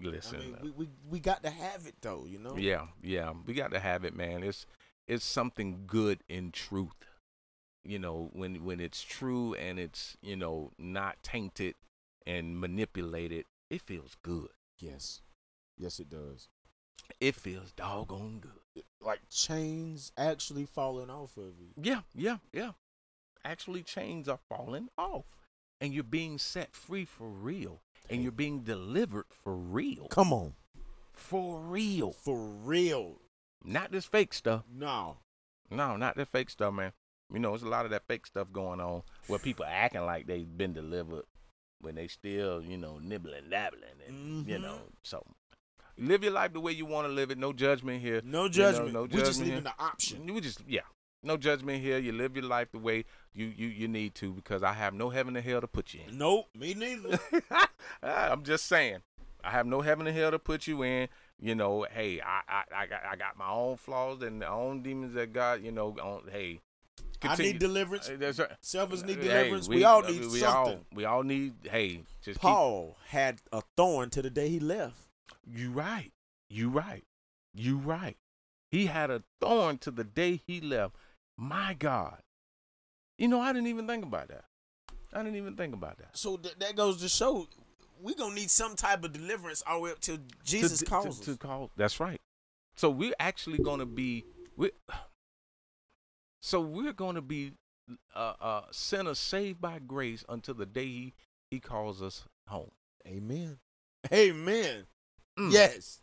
I Listen. mean, uh, we, we, we got to have it though, you know? Yeah, yeah, we got to have it, man. It's it's something good in truth. You know, when when it's true and it's you know not tainted and manipulated, it feels good. Yes. Yes, it does. It feels doggone good. Like chains actually falling off of you. Yeah, yeah, yeah. Actually, chains are falling off, and you're being set free for real, and Dang. you're being delivered for real, Come on. for real. For real. Not this fake stuff. No. No, not that fake stuff, man. You know, it's a lot of that fake stuff going on where people acting like they've been delivered when they still, you know, nibbling, dabbling, and you Mhm. know. So live your life the way you want to live it. No judgment here. No You know, judgment. no We're just judgment leaving the here. option. We just yeah. No judgment here. You live your life the way you you you need to because I have no heaven or hell to put you in. Nope. (laughs) Me neither. Ah, I'm just saying. I have no heaven and hell to put you in. You know, hey, I I, I got I got my own flaws and my own demons that God, you know, on hey. I need deliverance. Uh, that's right. Selfies need Hey, deliverance. we, all need we all- something. we all need hey, just Paul had a thorn to the day he left. keep you right. You right. You right. He had a thorn to the day he left. My God. You know, I didn't even think about that. I didn't even think about that. So th- that goes to show we gonna need some type of deliverance all the way up till Jesus to, calls to, to us. call. That's right. So we're actually going to be we. (sighs) So we're going to be uh, uh, sinners saved by grace until the day he, he calls us home. Amen. Amen. Mm, Yes.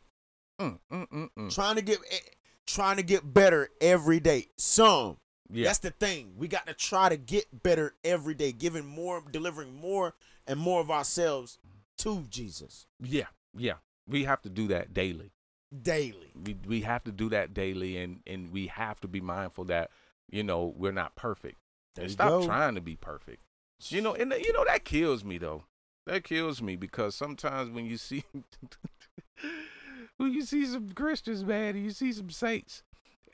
mm, mm, mm, mm. Trying to get eh, trying to get better every day. Some. Yeah. That's the thing. We got to try to get better every day, giving more, delivering more and more of ourselves to Jesus yeah. Yeah. We have to do that daily. daily. We we have to do that daily, and and we have to be mindful that you know we're not perfect. There and you stop go. trying to be perfect. You know, and that- you know that kills me though. That kills me because sometimes when you see (laughs) when you see some Christians, man, and you see some saints,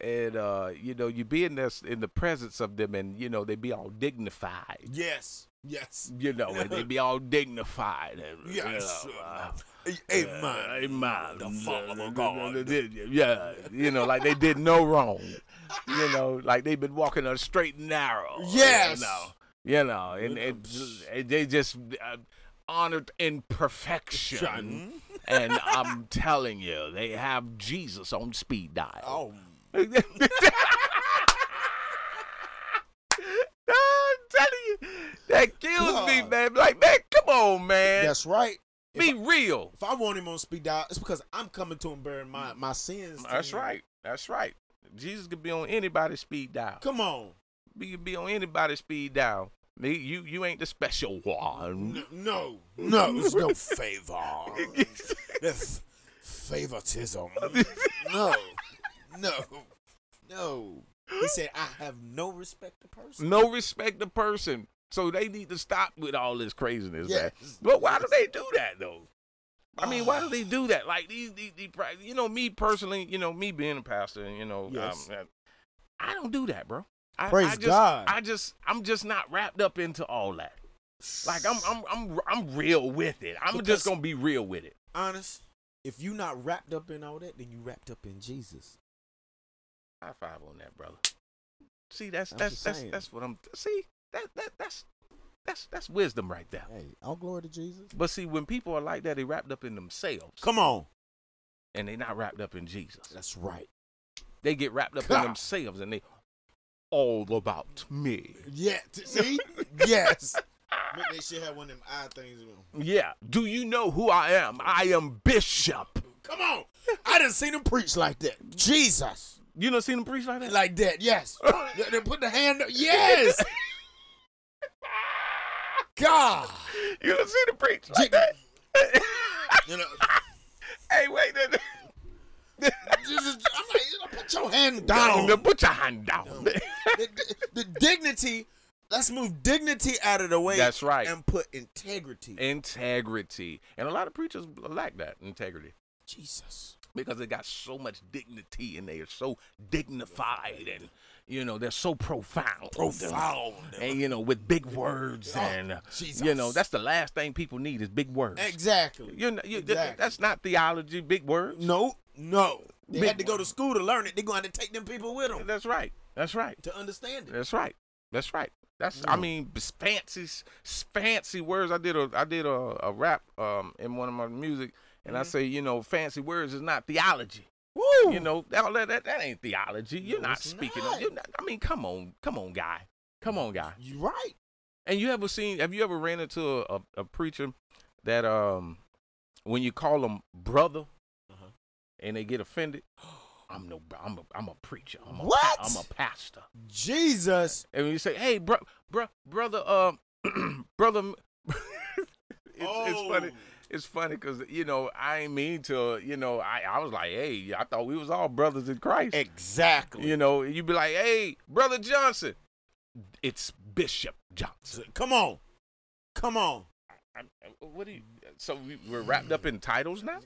and uh, you know you be in this in the presence of them, and you know they be all dignified. Yes. Yes. You know, and they be all dignified. And, Yes. You know, uh, Amen. uh, amen. The Father of God. uh, Yeah, you know, like they did no wrong. You know, like they've been walking on straight and narrow. Yes. You know, you know and, With and, the- and they just uh, honored in perfection. Shun. and I'm telling you, they have Jesus on speed dial. Oh. (laughs) I'm telling you, that kills me, God. man. Like, man, come on, man. That's right. Be real. If I want him on speed dial, it's because I'm coming to him bearing my, my sins. to That's him. right. That's right. Jesus could be on anybody's speed dial. Come on. He could be on anybody's speed dial. Me, you, you ain't the special one. N- No, no, there's no favor. There's favoritism. No, no, no. He said, I have no respect to person. No respect the person. So they need to stop with all this craziness, man. Yes. Ah. But why do they do that though? I mean, why do they do that? Like these, these, these pri- you know, me personally, you know, me being a pastor, you know, Yes. um, I don't do that, bro. I, Praise I just, God. I just, I'm just not wrapped up into all that. Like I'm, I'm, I'm, I'm real with it. I'm Because- just gonna be real with it. Honest, if you not wrapped up in all that, then you wrapped up in Jesus. High five on that, brother. See, that's I'm that's just that's saying. that's what I'm. See, that that that's that's that's wisdom right there. Hey, all glory to Jesus. But see, when people are like that, they wrapped up in themselves, Come on. and they not wrapped up in Jesus. That's right. They get wrapped up God. in themselves, and they all about me. Yeah, t- see? yes. Man, they should have one of them eye things. with 'em. Yeah. Do you know who I am? I am Bishop. Come on. I didn't see them preach like that. Jesus. You don't seen him preach like that? Like that, yes. Yeah, they put the hand up. Yes. God. you don't seen him preach J- like that? (laughs) You know, hey, wait. Then. Jesus, I'm like, you know, put your (laughs) hand Down. down. Then Put your hand down. (laughs) the, the dignity. Let's move dignity out of the way. That's right. And put integrity. integrity. And a lot of preachers lack that integrity Jesus. because they got so much dignity and they are so dignified and, you know, they're so profound. Profound. Oh, And, you know, with big words. And, uh, Jesus. you know, that's the last thing people need is big words. Exactly. You're not, you, th- Exactly. That's not theology, big words. no, no. They Big had to go to school to learn it. They're going to take them people with them That's right. That's right. to understand it. That's right. That's right. That's I No. mean s- fancy s- fancy words. I did a I did a, a rap um in one of my music and I say, you know, fancy words is not theology. Mm-hmm. Woo. You know, that, that that that ain't theology. You're No, not it's speaking not. of you're not, I mean, come on, come on guy. Come on guy. You right. And you ever seen have you ever ran into a, a, a preacher that um when you call them brother Uh-huh. and they get (gasps) offended? I'm no bro- I'm a, I'm a preacher. I'm a, pa- What? I'm a pastor. Jesus. And when you say, "Hey, bro, bro, brother, uh, (clears throat) brother," M- (laughs) it's, it's funny. Oh. It's funny because you know I ain't mean to. You know, I I was like, "Hey, I thought we was all brothers in Christ." Exactly. You know, you'd be like, "Hey, brother Johnson," it's Bishop Johnson. Come on. Come on. I, what do you? So we, we're wrapped up in titles now.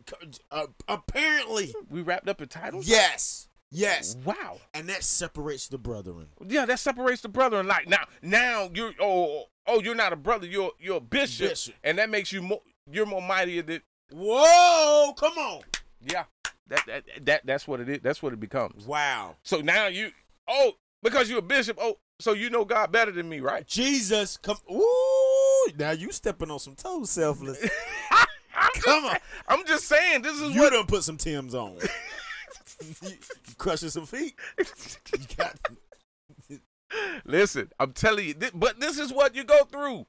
Uh, apparently. We wrapped up in titles. Yes. Yes. Wow. And that separates the brethren. Yeah, that separates the brother and like now now you're oh oh you're not a brother, you're you're a bishop, Bishop. and that makes you more you're more mightier than Whoa. Come on. yeah. That, that that that's what it is. That's what it becomes. Wow. So now you oh because you're a bishop, oh so you know God better than me, right? Jesus. Come. Ooh. Now you stepping on some toes, (laughs) selfless. I'm just, Come on. I'm just saying this is You done put some Tim's (laughs) on. you crushing some feet. You got. Listen, I'm telling you, thi- but this is what you go through.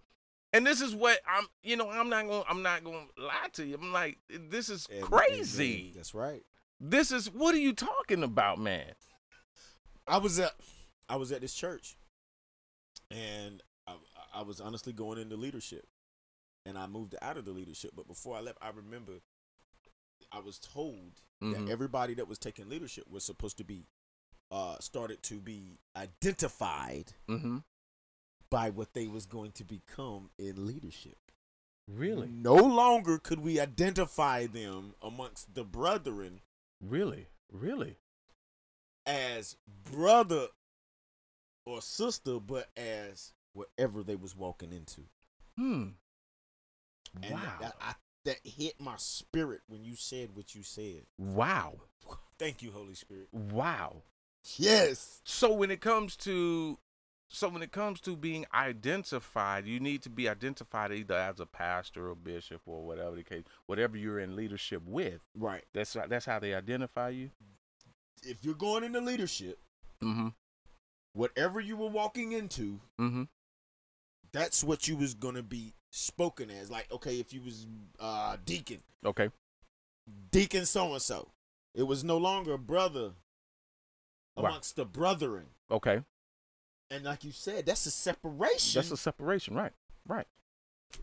And this is what I'm you know, I'm not going to I'm not going to lie to you. I'm like this is And- crazy. and- That's right. This is what are you talking about, man? I was at I was at this church, and I, I was honestly going into leadership, and I moved out of the leadership. But before I left, I remember I was told Mhm. that everybody that was taking leadership was supposed to be uh, started to be identified Mm-hmm. by what they was going to become in leadership. Really? No longer could we identify them amongst the brethren Really? Really? as brother or sister, but as whatever they was walking into. Hmm. And wow. that, I, that hit my spirit when you said what you said. wow. Thank you, Holy Spirit. Wow. Yes. So when it comes to so when it comes to being identified, you need to be identified either as a pastor or bishop or whatever the case, whatever you're in leadership with. Right. That's how- that's how they identify you. If you're going into leadership, Mm-hmm. whatever you were walking into, Mm-hmm. that's what you was gonna be spoken as. Like, okay, if you was uh, deacon, Okay. deacon so and so, it was no longer brother Right. amongst the brethren. Okay. And like you said, that's a separation. That's a separation, right? Right.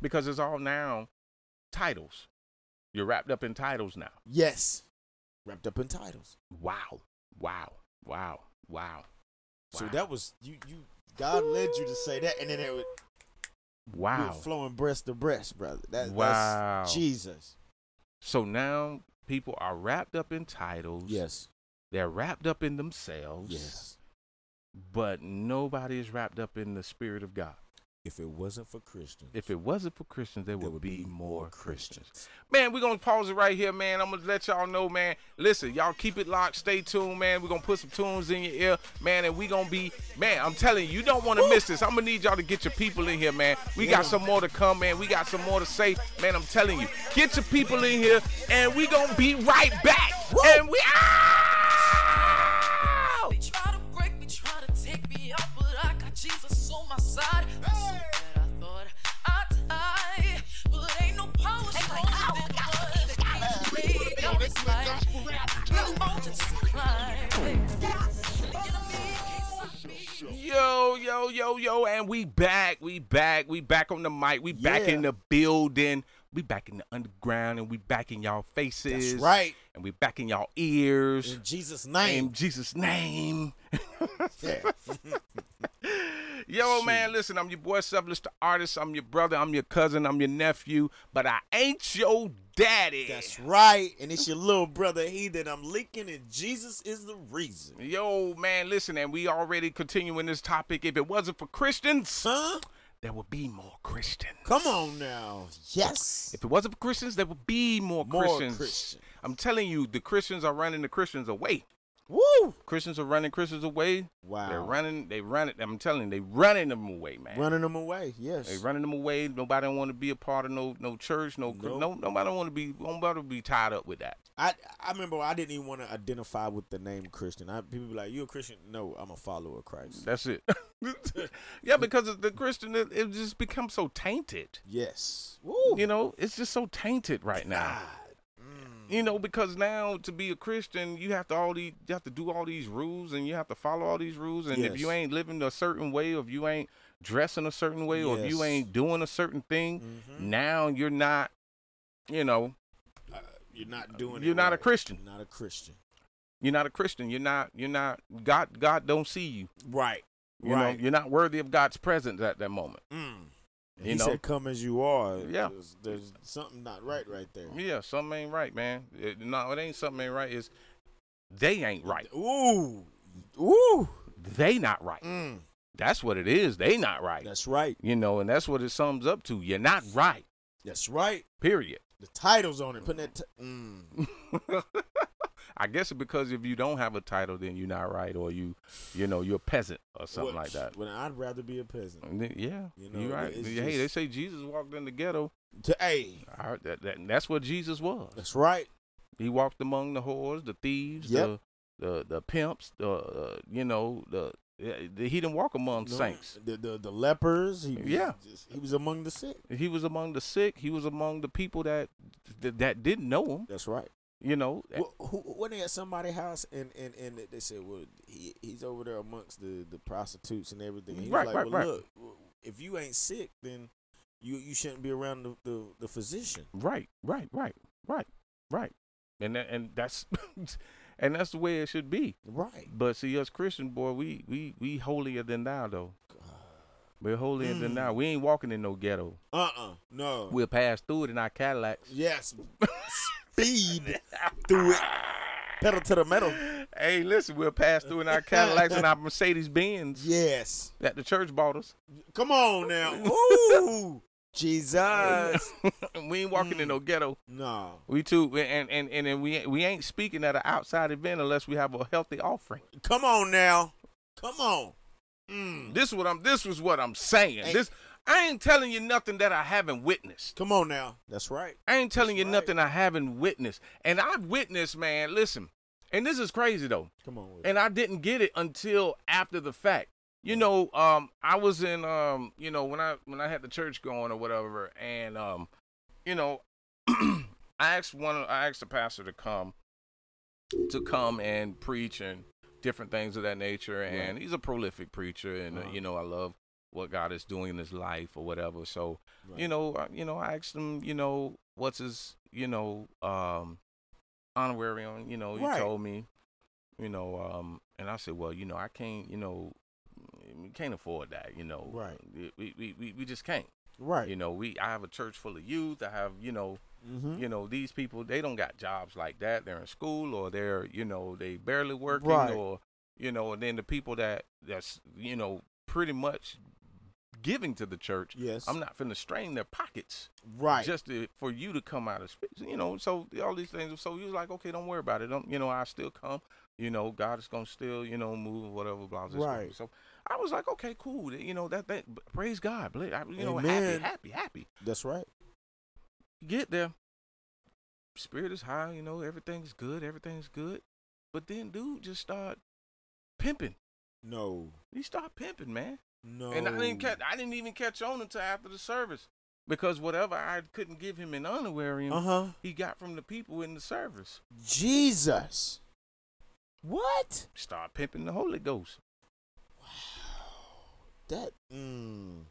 Because it's all now titles. You're wrapped up in titles now. yes. Wrapped up in titles. Wow. Wow. Wow. Wow. So Wow. that was you you God led you to say that and then it was we were Wow. flowing breast to breast, brother. That, Wow. That's Jesus. So now people are wrapped up in titles. Yes. They're wrapped up in themselves. Yes. But nobody is wrapped up in the Spirit of God. If it wasn't for Christians, If it wasn't for Christians, there would, be, more Christians. Man, we're gonna pause it right here, man. I'm gonna let y'all know, man. Listen, y'all keep it locked, stay tuned, man. We're gonna put some tunes in your ear, man, and we gonna be, man, I'm telling you, you don't wanna miss this. I'm gonna need y'all to get your people in here, man. We got some more to come, man. We got some more to say, man. I'm telling you, get your people in here, and we gonna be right back. And we out! They try to break me, try to take me out, but I got Jesus on my side. So that I thought I'd die, but ain't no power stronger "Oh, than God, one it's God." that keeps me Yo, down they this play fight. gospel rap I too. got mountains to climb. The enemy can't stop me. Yo, yo, yo, yo, and we back, we back, we back on the mic, we back Yeah. in the building, we back in the underground, and we back in y'all faces. that's right. And we back in y'all ears. (gasps) In Jesus' In name. Jesus' name. Yeah. (laughs) Yo, man, listen, I'm your boy Sublist the artist. I'm your brother, I'm your cousin, I'm your nephew, but I ain't your daddy. That's right. And it's your little brother he that I'm leaking, and Jesus is the reason. Yo, man, listen, and we already continuing this topic. If it wasn't for Christians, Son, there would be more Christians. come on now. Yes. If it wasn't for Christians, there would be more, More Christians. Christians. I'm telling you, the Christians are running the Christians away. Woo. Christians are running Christians away. Wow. They're running. They run it. I'm telling you, they running them away, man. Running them away. Yes. They running them away. Nobody want to be a part of no no church. No Nope. no nobody want to be nobody be tied up with that. I I remember I didn't even want to identify with the name Christian. I people be like, "You a Christian?" No, I'm a follower of Christ. That's (laughs) it. (laughs) yeah, because the Christian it, it just becomes so tainted. Yes. Woo. You know, it's just so tainted right now. God. You know, because now to be a Christian, you have to all these, you have to do all these rules, and you have to follow all these rules. And if you Yes. ain't living a certain way, or if you ain't dressing a certain way, or if you Yes. Mm-hmm. ain't doing a certain thing, now you're not, you know, Uh, you're not doing. it You're not a right. Christian. You're not a Christian. you're not a Christian. You're not, you're not. God, God don't see you. Right. You right. know, you're not worthy of God's presence at that moment. Mm. you he know? said, "Come as you are." Yeah. There's, there's something not right right there. Yeah, something ain't right, man. It- no, it ain't something ain't right. It's they ain't right. Ooh. Ooh. They not right. Mm. That's what it is. They not right. That's right. You know, and that's what it sums up to. You're not right. That's right. (laughs) Period. The title's on it. Putting that. T- mm. I guess it's because if you don't have a title, then you're not right, or you, you know, you're a peasant or something Well, like that. Oh. Well, I'd rather be a peasant. And then- Yeah, You you know, are right. it's Hey, just- they say Jesus walked in the ghetto. To, hey, I heard that, that and that's what Jesus was. that's right. He walked among the whores, the thieves, Yep. the, the the pimps, the uh, you know the, yeah, the he didn't walk among No, saints. The, the the lepers. He was Yeah. just- he was among the sick. He was among the sick. He was among the people that that, that didn't know him. That's right. You know, Well, who, when they at somebody's house and, and, and they said, well, he, he's over there amongst the, the prostitutes and everything. He was Right, like, right, well, right. look, w- if you ain't sick, then you you shouldn't be around the, the, the physician. Right, right, right, right, right. And that, and that's (laughs) and that's the way it should be. Right. But see, us Christian boy, we we we holier than thou though. We're holier than thou. We ain't walking in no ghetto. Uh-uh. No. We'll pass through it in our Cadillacs. (laughs) yes. Speed through it. Pedal to the metal. (laughs) Hey, listen, we'll pass through in our Cadillacs (laughs) and our Mercedes Benz Yes. that the church bought us. (laughs) Come on (laughs) now. Ooh. Jesus. we ain't walking in no ghetto. No. We too, and and and, and we we ain't speaking at an outside event unless we have a healthy offering. Come on now. Come on. Mm. This what I'm. This was what I'm saying. Hey. This I ain't telling you nothing that I haven't witnessed. Come on now. That's right. I ain't telling you right. nothing I haven't witnessed. And I've witnessed, man. Listen, and this is crazy though. Come on. With And I didn't get it until after the fact. You know, um, I was in, um, you know, when I when I had the church going or whatever, and um, you know, (clears throat) I asked one, I asked the pastor to come, to come and preach and different things of that nature. And he's a prolific preacher, and uh, Uh-huh. you know I love what God is doing in his life or whatever. So you Right. know, I, you know, I asked him, you know, what's his, you know, um, honorarium. You know, he Right. told me, you know, um, and I said, well, you know, I can't, you know, we can't afford that. You know, Right. We- We we we, we just can't. Right. You know, we I have a church full of youth. I have, you know mm-hmm. you know these people they don't got jobs like that they're in school or they're you know they barely working Right. or you know and then the people that that's you know pretty much giving to the church Yes. i'm not finna strain their pockets Right. just to, for you to come out of speech you know so all these things so he was like okay don't worry about it don't you know i still come you know god is gonna still you know move and whatever blah blah blah Right. so i was like okay cool you know that that praise god bl- I- you know Amen. happy happy happy That's right. you get there. Spirit is high, you know, everything's good, everything's good. But then dude just start pimping. No. He start pimping, man. No. And I didn't Oh. catch I didn't even catch on until after the service. Because whatever I couldn't give him in honorarium, Uh huh. he got from the people in the service. Jesus. What? Start pimping the Holy Ghost. That. Mm,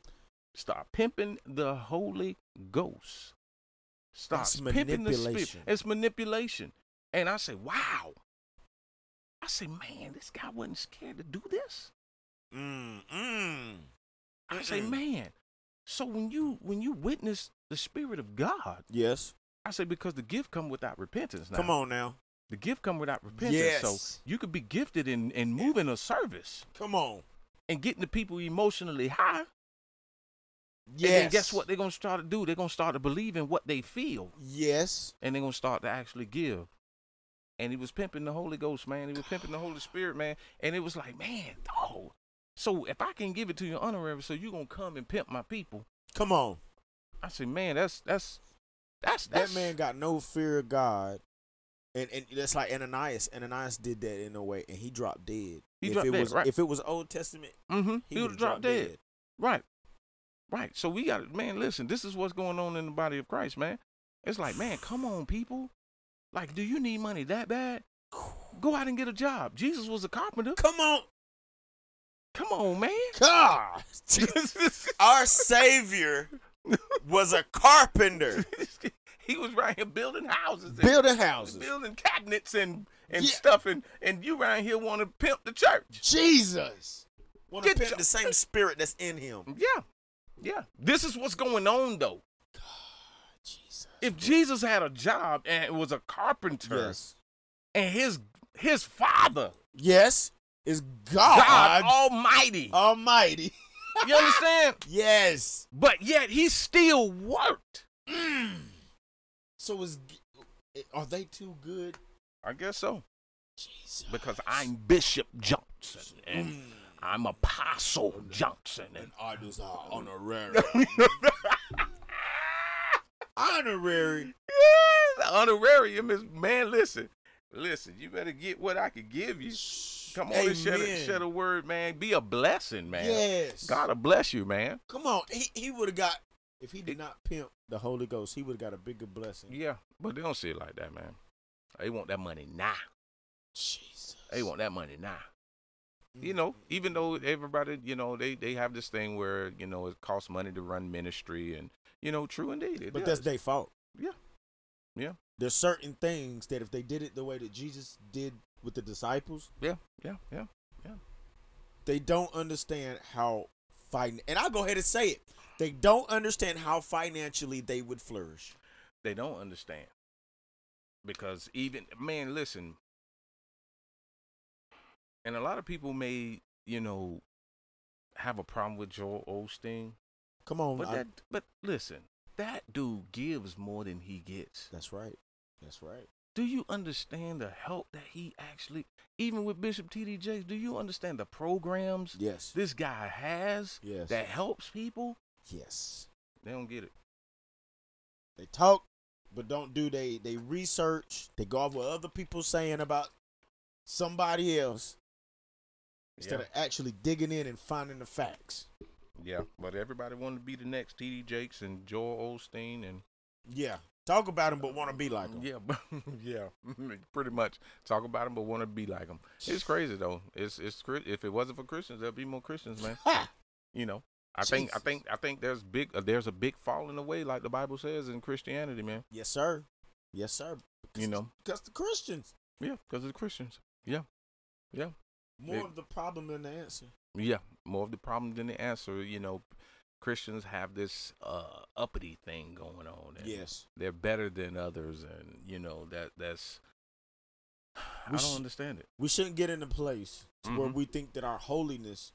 Start pimping the Holy Ghost. Start That's pimping the spirit. manipulation. It's manipulation. And I say, wow. I say, man, this guy wasn't scared to do this. mm, mm. I say, Mm-mm. man. So when you when you witness the spirit of God, Yes. I say because the gift come without repentance. Now. Come on now. the gift come without repentance. Yes. So you could be gifted in in moving a service Come on. and getting the people emotionally high. Yes. And then guess what they're gonna start to do? They're gonna start to believe in what they feel, Yes. and they're gonna start to actually give. And he was pimping the Holy Ghost, man. He was pimping the Holy Spirit, man. And it was like, man, oh. So if I can give it to your honorary, so you gonna come and pimp my people. Come on. I said, man, that's that's that's That that's man got no fear of God. And, and that's like Ananias. Ananias did that in a way, and he dropped dead. He if dropped it dead, was right. if it was Old Testament, Mm-hmm. he, He would would've have dropped dead. Right, right. So we got man. Listen, this is what's going on in the body of Christ, man. It's like, man, come on, people. Like, do you need money that bad? Go out and get a job. Jesus was a carpenter. Come on, Come on, man. (laughs) God! (laughs) Our Savior was a carpenter, he was right here building houses, and building houses. building cabinets, and and Yeah. stuff, and and you right here want to pimp the church. Jesus. Want to Get pimp your- the same spirit that's in him. Yeah, yeah. This is what's going on, though. (sighs) Jesus. if Jesus had a job and was a carpenter and his his father Yes. Is God God, Almighty, Almighty. you understand? (laughs) Yes. Mm. But yet he still worked. So is are they too good? I guess so Jesus. because I'm Bishop Johnson and Mm. I'm Apostle Johnson and (laughs) Artists are honorary. honorary. Yeah, the honorarium is man. Listen, listen. You better get what I could give you. Come on, and shed a, Amen. shed a word, man. Be a blessing, man. Yes. God will bless you, man. Come on. He he would have got if he did not pimp the Holy Ghost, he would have got a bigger blessing. Yeah, but they don't see it like that, man. They want that money now. Jesus. They want that money now. You know, even though everybody, you know, they they have this thing where you know it costs money to run ministry, and you know, true indeed. It But does. that's their fault. yeah, yeah, There's certain things that if they did it the way that Jesus did with the disciples, yeah, yeah, yeah, yeah. they don't understand how fin and I'll go ahead and say it. They don't understand how financially they would flourish. They don't understand because even man, listen, and a lot of people may you know have a problem with Joel Osteen, Come on. but Oh, I- that but listen, that dude gives more than he gets. that's right. That's right. Do you understand the help that he actually, even with Bishop T.D. Jakes, do you understand the programs Yes. this guy has Yes. that helps people? Yes. They don't get it. They talk, but don't do they they research. They go off what other people saying about somebody else instead of actually digging in and finding the facts. yeah, but everybody wanted to be the next T.D. Jakes and Joel Olstein and Yeah. Talk about him, but want to be like him. Yeah, (laughs) but- yeah, pretty much. Talk about them, but want to be like them. It's crazy though. It's it's cri- if it wasn't for Christians, there'd be more Christians, man. Ha! You know, I think I Jesus. think I think there's big uh, there's a big falling away, like the Bible says in Christianity, man. Yes, sir. Yes, sir. You know, Because the Christians. yeah, because it's Christians. Yeah, yeah, More It- of the problem than the answer. yeah. More of the problem than the answer. You know, Christians have this uh uppity thing going on. and Yes. they're better than others, and you know that that's. (sighs) I We don't sh- understand it. We shouldn't get in a place to where Mhm. we think that our holiness,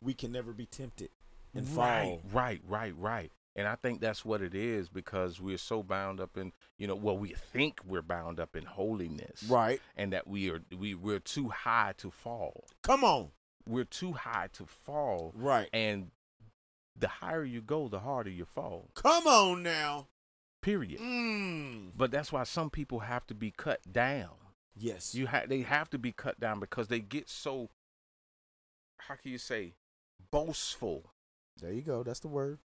we can never be tempted and right, fall. Right, right, right. And I think that's what it is because we're so bound up in, you know, well, we think we're bound up in holiness. Right. And that we are we we're too high to fall. Come on. We're too high to fall. Right. And the higher you go, the harder you fall. Come on now. Period. Mm. But that's why some people have to be cut down. Yes. You ha- they have to be cut down because they get so how can you say boastful. there you go. That's the word.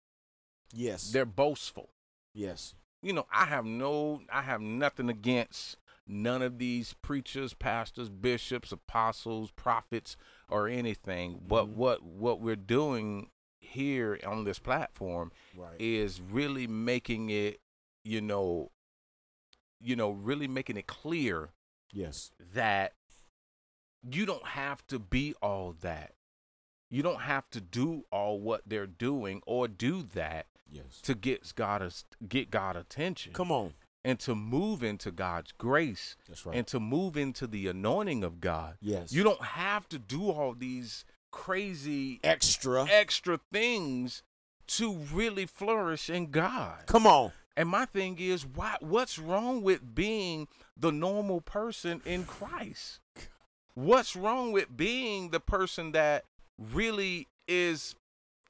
Yes. They're boastful. yes. you know, I have no, I have nothing against none of these preachers, pastors, bishops, apostles, prophets, or anything. But Mhm. what what we're doing here on this platform Right. is really making it, you know, you know, really making it clear yes. that you don't have to be all that. You don't have to do all what they're doing or do that Yes. to get God's get God attention Come on. and to move into God's grace That's right. and to move into the anointing of God. yes. You don't have to do all these crazy extra. extra things to really flourish in God. Come on. And my thing is why what's wrong with being the normal person in Christ? What's wrong with being the person that really is,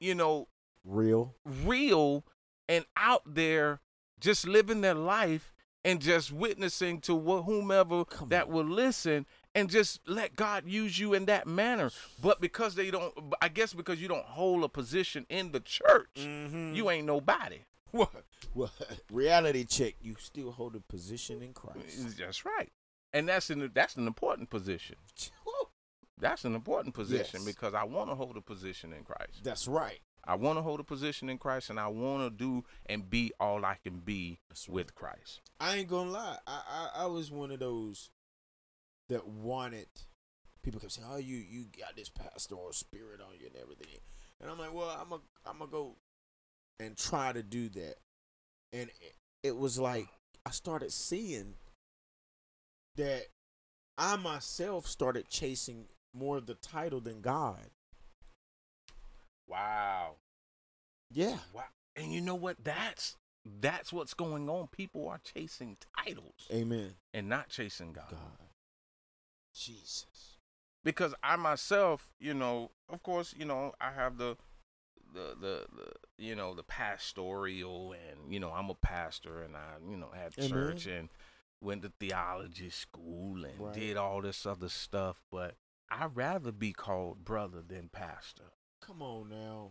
you know, Real. real and out there just living their life and just witnessing to wh- whomever Come that on. will listen and just let God use you in that manner. But because they don't, I guess because you don't hold a position in the church, you ain't nobody. Mm-hmm. What? What? (laughs) Reality check. You still hold a position in Christ. That's right. And that's an, that's an important position. That's an important position Yes. because I want to hold a position in Christ. (laughs) That's right. I want to hold a position in Christ and I want to do and be all I can be That's right. with Christ. I ain't gonna lie. I, I I was one of those that wanted. People kept saying, "Oh, you you got this pastoral spirit on you and everything," and I'm like, "Well, I'm a I'm gonna go and try to do that." And it, it was like I started seeing that I myself started chasing more of the title than God. Wow. Yeah, Wow. And you know what? That's that's what's going on. People are chasing titles Amen. and not chasing God. God, Jesus, Because I myself, you know, of course, you know, I have the the the, the you know the pastoral and you know I'm a pastor and I you know had Amen. church and went to theology school and Right. did all this other stuff, but I'd rather be called brother than pastor. come on now,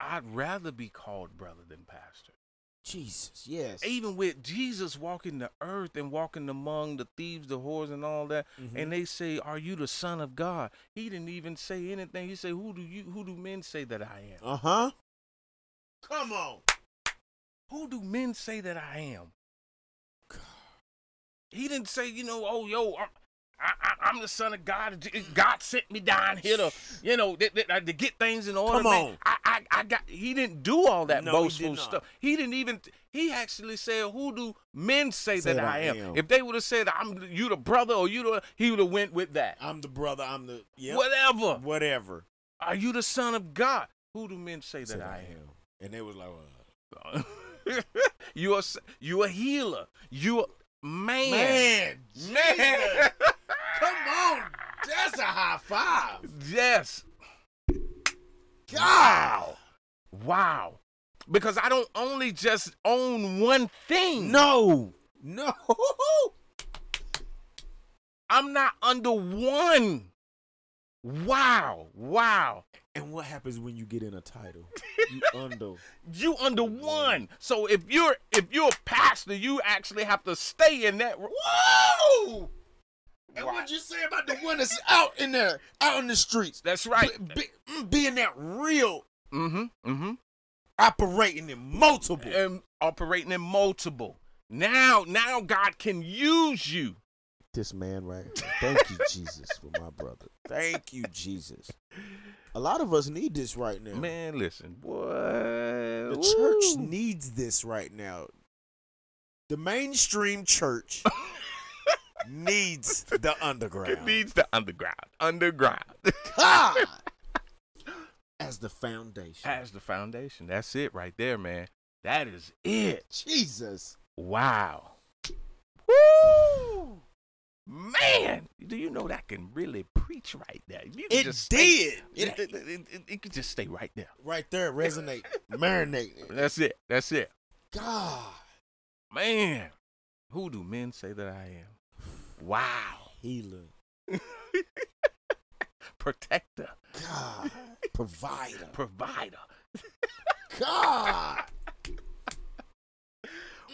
I'd rather be called brother than pastor. Jesus, yes, even with Jesus walking the earth and walking among the thieves, the whores, and all that, Mhm. and they say, "Are you the Son of God?" He didn't even say anything. He said, "Who do you? Who do men say that I am? Uh huh. Come on. Who do men say that I am?" He didn't say, "You know, oh yo." I'm, I, I, I'm the son of God. J- God sent me down here to, you know, th- th- to get things in order. Come man. on. I, I, I got. He didn't do all that No, he did boastful not. stuff. He didn't even. He actually said, "Who do men say, Say that, I, am? If they would have said, "I'm you the brother," or "You the," he would have went with that. I'm the brother. I'm the yep. Whatever. Whatever. Are you the son of God? Who do men say that Said I am. And they was like, uh, am? (laughs) you are you a healer. You a man. man, Man. come on. That's a high five. (laughs) yes. God. Wow. Because I don't only just own one thing. No. No. (laughs) I'm not under one. Wow. Wow. And what happens when you get in a title? (laughs) You undo. You under one. So if you're if you're a pastor, you actually have to stay in that. Whoa! And what you say about the one (laughs) that's out in there, out in the streets, That's right. be, be- mm, being that real, Mm-hmm. Mm-hmm. operating in multiple. and operating in multiple. Now, now God can use you. this man right here. Thank you, Jesus, for my brother. Thank you, Jesus. A lot of us need this right now. Man, listen, boy. The the church needs this right now. The (laughs) mainstream church needs the underground. needs the underground. Underground. (laughs) God as the foundation. As the foundation. That's it right there, man. That is it. Jesus. Wow. Woo! Man, do you know that can really preach right there? You can It just did. Stay, It- it, it, it, it, it could just stay right there. Right there, resonate, marinate. That's it. That's it. God, Man, who do men say that I am? Wow. healer. Protector, God, provider. provider. God.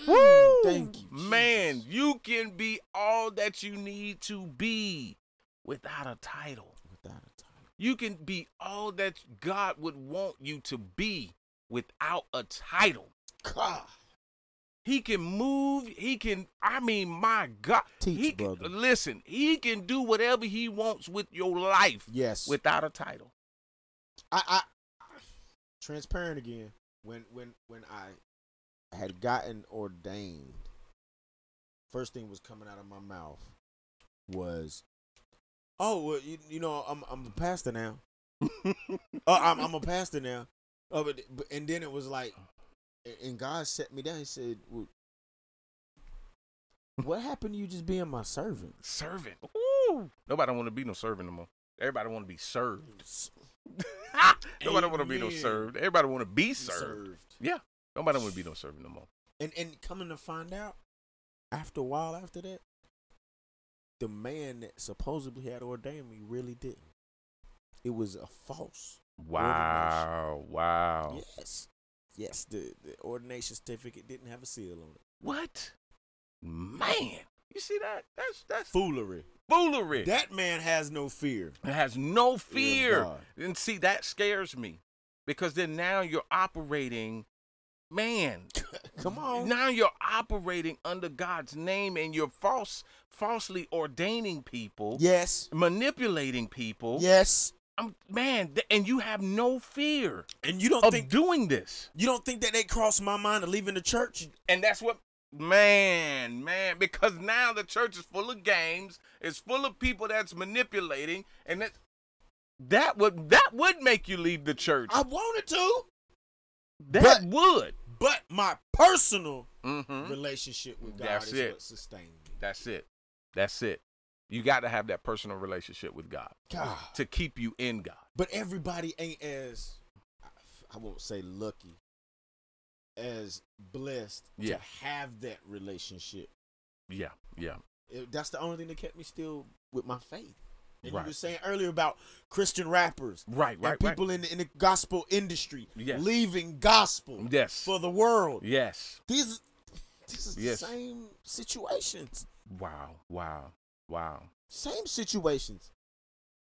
Woo! Thank you, Man, Jesus. you can be all that you need to be without a title. Without a title. You can be all that God would want you to be without a title. God. He can move. He can. I mean, my God. Teach, he can, brother. Listen, he can do whatever he wants with your life Yes. without a title. I, I transparent again. When when when I had gotten ordained, first thing was coming out of my mouth was, "Oh, well, you, you know, I'm I'm a pastor now. oh, I'm I'm a pastor now." Oh, but, but and then it was like, a- and God set me down. He said, well, "What happened to you just being my servant?" Servant. Ooh. Nobody want to be no servant no more. Everybody want to be served. (laughs) Nobody want to be no Amen. served. Everybody want to be served. served. Yeah. Nobody want to be no servant no more. And and coming to find out, after a while after that, the man that supposedly had ordained me really didn't. It was a false. Wow. Wow. Yes. Yes, the, the ordination certificate didn't have a seal on it. What? Man. You see that? That's that's Foolery. foolery. That That man has no fear. (laughs) has no fear. God. and see, that scares me. Because then now you're operating, man, Come on. Now you're operating under God's name and you're false falsely ordaining people, Yes. manipulating people. Yes. I'm, man, th- and you have no fear And you don't of think doing this. you don't think that they crossed my mind of leaving the church? And that's what man, man, because now the church is full of games, it's full of people that's manipulating and that that would that would make you leave the church. I wanted to, that would. but my personal Mm-hmm. Mhm. relationship with God That's is it. what sustained me. That's it. That's it. You got to have that personal relationship with God. God. to keep you in God. But everybody ain't as I- I won't say lucky as blessed Yeah. to have that relationship. Yeah, yeah. It- that's the only thing that kept me still with my faith. And Right. you were saying earlier about Christian rappers Right, right, and people in, the, in the gospel industry Yes. leaving gospel right. Yes. for the world. yes. These this is Yes. the same situations. Wow, wow, wow. Same situations.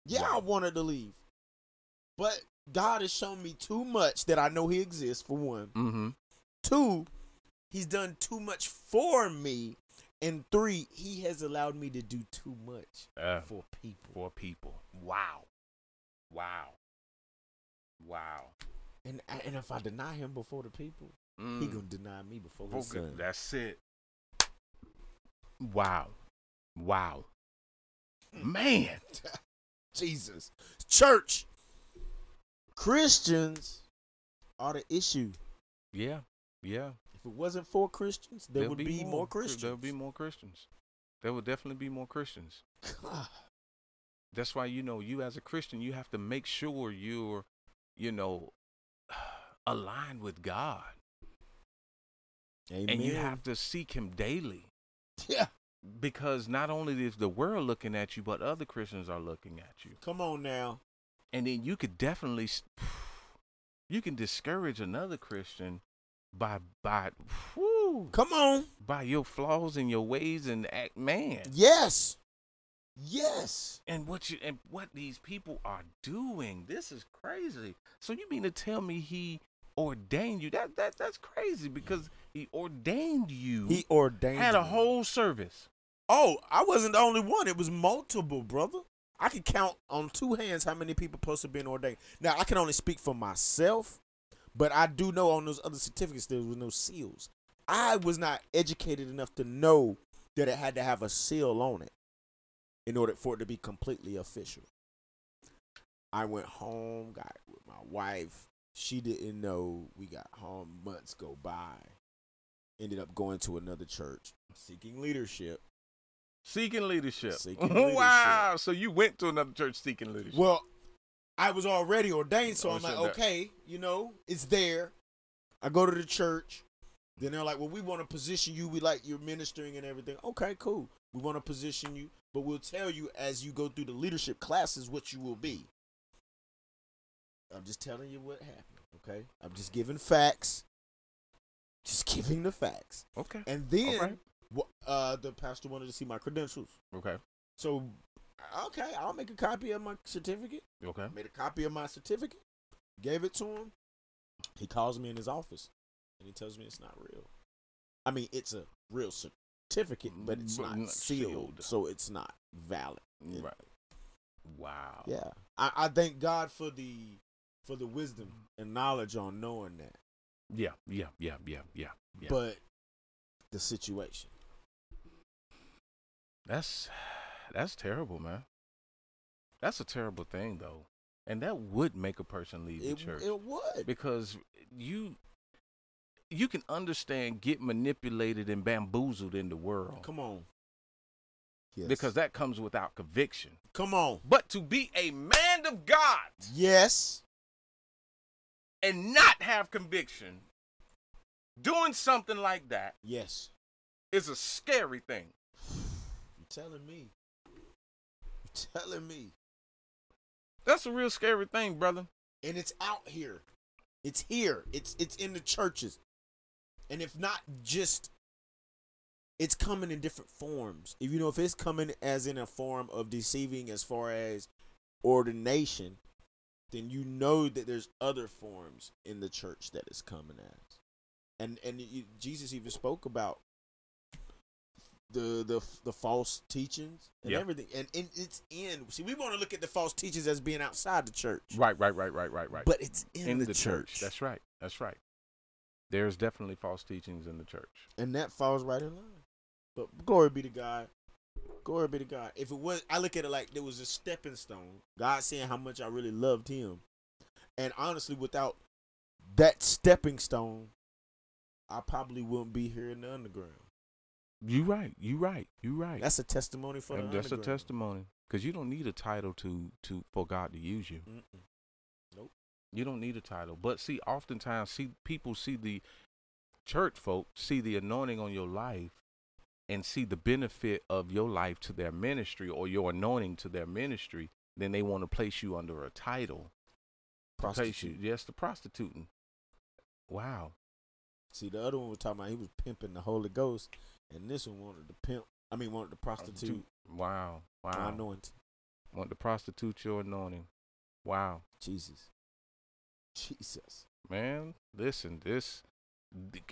Yeah, I Wow. wanted to leave. But God has shown me too much that I know He exists, for one. Mm-hmm. Two, He's done too much for me. And three, He has allowed me to do too much Uh, for people. for people. Wow, wow, wow. And, and if I deny Him before the people, He Mm. going to deny me before His Focus. son. That's it. Wow, wow. Man, Jesus. Church. Christians are the issue. yeah, yeah. If it wasn't for Christians, there, would be, more Christians. There would be more Christians. There would definitely be more Christians. God. that's why you know you as a christian you have to make sure you're you know (sighs) aligned with god Amen. and you have to seek him daily yeah. because not only is the world looking at you but other christians are looking at you Come on now. and then you could definitely s- (sighs) you can discourage another Christian by by whew, Come on. by your flaws and your ways and act man Yes. Yes. and what you and what these people are doing. This is crazy. So you mean to tell me he ordained you? That that that's crazy because he ordained you. He ordained. had a me. whole service. Oh, I wasn't the only one. It was multiple, brother. I can count on two hands how many people supposed to be ordained. Now I can only speak for myself, but I do know on those other certificates there was no seals. I was not educated enough to know that it had to have a seal on it in order for it to be completely official. I went home, got with my wife. She didn't know. We got home. Months go by. Ended up going to another church, seeking leadership. Seeking leadership. Seeking (laughs) wow. So you went to another church seeking leadership. Well, I was already ordained, so Oh, I'm so like, that- okay, you know, it's there. I go to the church. Then they're like, well, we want to position you. We like your ministering and everything. Okay, cool. We want to position you, but we'll tell you as you go through the leadership classes what you will be. I'm just telling you what happened, okay? I'm just giving facts. Just (laughs) giving the facts. okay. And All then right. wh- uh, the pastor wanted to see my credentials. Okay. So, okay, I'll make a copy of my certificate. Okay. I made a copy of my certificate, gave it to him. He calls me in his office and he tells me it's not real. I mean, it's a real certificate, but it's But not, not sealed, sealed. so it's not valid. It- Right. Wow. Yeah, I, I thank God for the for the wisdom and knowledge on knowing that, Yeah. Yeah. Yeah. Yeah. Yeah. Yeah. but the situation. That's that's terrible, man. That's a terrible thing though. And that would make a person leave the It, church. it would. because you you can understand get manipulated and bamboozled in the world Come on. Yes. because that comes without conviction come on. but to be a man of god Yes. and not have conviction doing something like that Yes. is a scary thing You telling me? You telling me? that's a real scary thing brother and it's out here. It's here. It's it's in the churches. And if not just it's coming in different forms. If you know if it's coming as in a form of deceiving as far as ordination, then you know that there's other forms in the church that it's coming as. And and you, Jesus even spoke about the the the false teachings and Yeah. everything. And, and it's in. See, we want to look at the false teachings as being outside the church right right right right right right but it's in, the, church, that's right that's right there's definitely false teachings in the church and that falls right in line. But glory be to God, glory be to God. If it was, I look at it like there was a stepping stone. God saying how much I really loved Him, and honestly, without that stepping stone, I probably wouldn't be here in the underground. you right you right you right That's a testimony for the And that's a underground. testimony because you don't need a title to to for God to use you. Mm-mm. You don't need a title. But see, oftentimes, see people see the church folk see the anointing on your life and see the benefit of your life to their ministry or your anointing to their ministry. Then they want to place you under a title. to Place you, Prostitute. yes, the prostituting. Wow. See, the other one was talking about he was pimping the Holy Ghost, and this one wanted to pimp. I mean, wanted to prostitute Wow. my Wow. anointing. Want to prostitute your anointing. Wow. (laughs) Jesus, Jesus. man, listen, this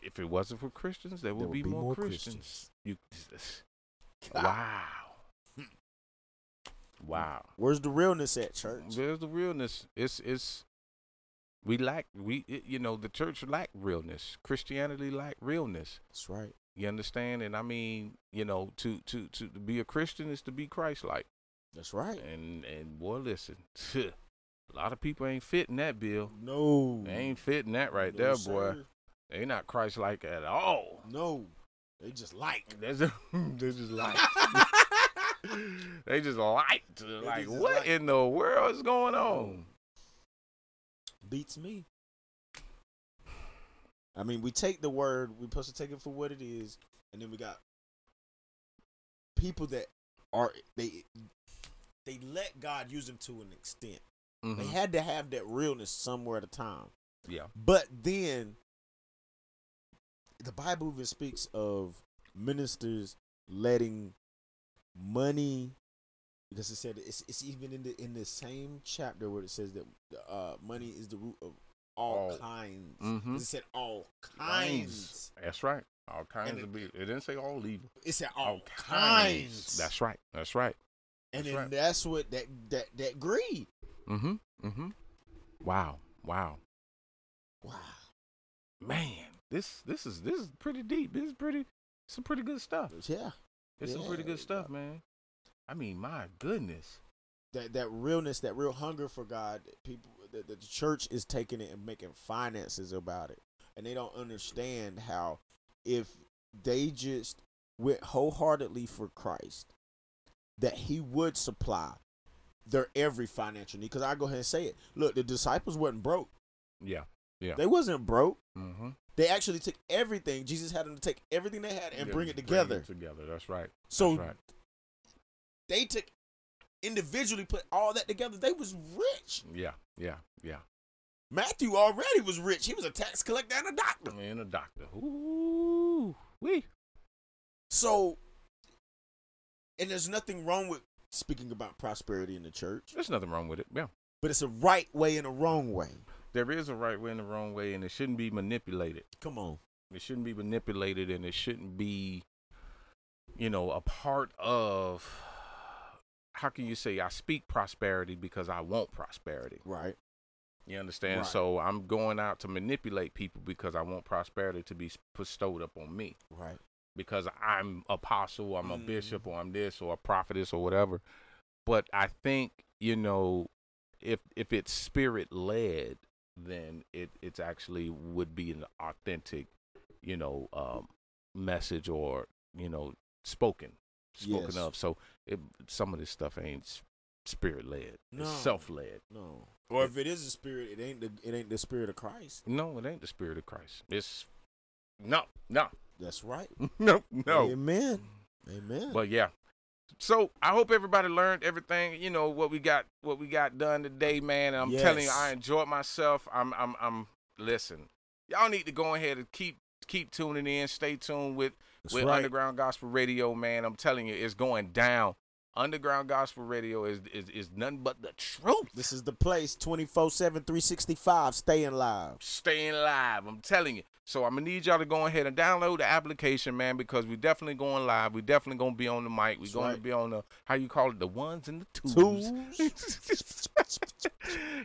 if it wasn't for Christians, there would, be, more, Christians. (laughs) Ah. You God. wow. Wow. Where's the realness at, church? There's the realness. It's it's we lack we it, you know, the church lacked realness. Christianity lacked realness. That's right. You understand? And I mean, you know, to to to be a Christian is to be Christ like. That's right. And and boy, listen. (laughs) A lot of people ain't fitting that bill. No. They ain't fitting that right No, there, boy. sir. They not Christ like at all. No. They just like. That's (laughs) a, they just (laughs) like they just like to like just what like- in the world is going on? Beats me. I mean, we take the word, we're supposed to take it for what it is, and then we got people that are they they let God use them to an extent. They Mhm. had to have that realness somewhere at a time. Yeah. But then the Bible even speaks of ministers letting money because it said it's, it's even in the in the same chapter where it says that uh, money is the root of all All. kinds. Mhm. It said all kinds. That's right. All kinds it- of be. It didn't say all evil. It said all, kinds. That's right. That's right. and that's then right. that's what that that that greed. Mm-hmm. Mm-hmm. Wow. Wow. Wow. Man, this this is this is pretty deep. This is pretty some pretty good stuff. Yeah. It's some pretty Yeah. good stuff, man. I mean, my goodness. that that realness, that real hunger for God, that people that that the church is taking it and making finances about it, and they don't understand how if they just went wholeheartedly for Christ, that He would supply their every financial need. Because I go ahead and say it. Look, the disciples wasn't broke. Yeah. Yeah. They wasn't broke. mm-hmm. They actually took everything. Jesus had them to take everything they had and bring it together. together. That's right. so That's right. they took individually put all that together. They was rich. Yeah. Yeah. Yeah. Matthew already was rich. He was a tax collector and a doctor. And a doctor. Ooh. We. So, and there's nothing wrong with speaking about prosperity in the church, There's nothing wrong with it. Yeah. but it's a right way and a wrong way. There is a right way and a wrong way, and it shouldn't be manipulated. Come on. It shouldn't be manipulated, and it shouldn't be, you know, a part of. How can you say I speak prosperity because I want prosperity? Right. You understand? Right. So I'm going out to manipulate people because I want prosperity to be bestowed upon me Right. because I'm apostle, I'm a Mm. bishop, or I'm this, or a prophetess, or whatever. But I think you know, if if it's spirit led, then it it's actually would be an authentic, you know, um, message or you know, spoken spoken Yes. of. So it, some of this stuff ain't s- spirit led, No. it's self led. No. Or if it is a spirit, it ain't the it ain't the spirit of Christ. No, it ain't the spirit of Christ. It's no, (laughs) no, That's right. no, no. Amen. Amen. But yeah. So I hope everybody learned everything. You know what we got, what we got done today, man. And I'm telling you, Yes. I enjoyed myself. I'm, I'm, I'm. Listen, y'all need to go ahead and keep, keep tuning in. Stay tuned with, That's with right. Underground Gospel Radio, man. I'm telling you, it's going down. Underground Gospel Radio is, is, is nothing but the truth. this is the place 24 7, 365, staying live. staying live. I'm telling you. So I'm gonna need y'all to go ahead and download the application, man, because we definitely going live. We definitely gonna be on the mic. We That's gonna right. be on the how you call it, the ones and the twos. Twos.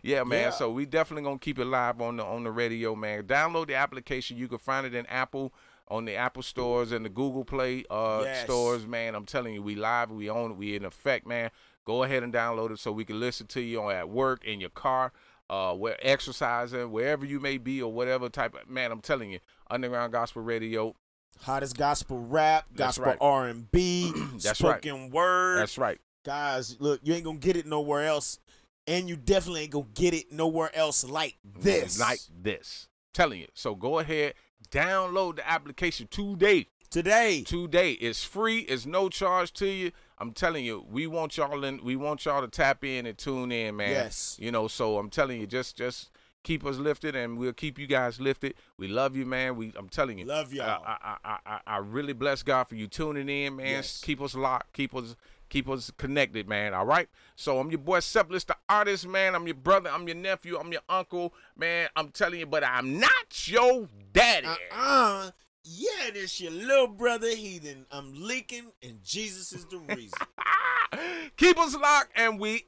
yeah, man. Yeah. So we definitely gonna keep it live on the on the radio, man. Download the application. You can find it in Apple. On the Apple stores and the Google Play uh, Yes. stores, man. I'm telling you, we live, we own it, we in effect, man. Go ahead and download it so we can listen to you on at work, in your car, uh, where exercising, wherever you may be, or whatever type of man. I'm telling you, Underground Gospel Radio. Hottest gospel rap, That's gospel right. R and (clears throat) B, That's right. spoken word. That's right. guys, look, you ain't gonna get it nowhere else, and you definitely ain't gonna get it nowhere else like this. like this. Telling you. So go ahead, download the application today. today, today. It's free. It's no charge to you. I'm telling you, we want y'all in. We want y'all to tap in and tune in, man. Yes. You know, so I'm telling you, just just keep us lifted, and we'll keep you guys lifted. We love you, man. We I'm telling you, Love y'all. I I I, I, I really bless God for you tuning in, man. Yes. Keep us locked. Keep us. Keep us connected, man. All right. So I'm your boy Seplis, the artist, man. I'm your brother. I'm your nephew. I'm your uncle, man. I'm telling you, but I'm not your daddy. uh-uh. yeah, this your little brother heathen. I'm leaking, and Jesus is the reason. Ah! Keep us locked and we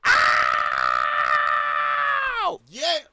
out. yeah.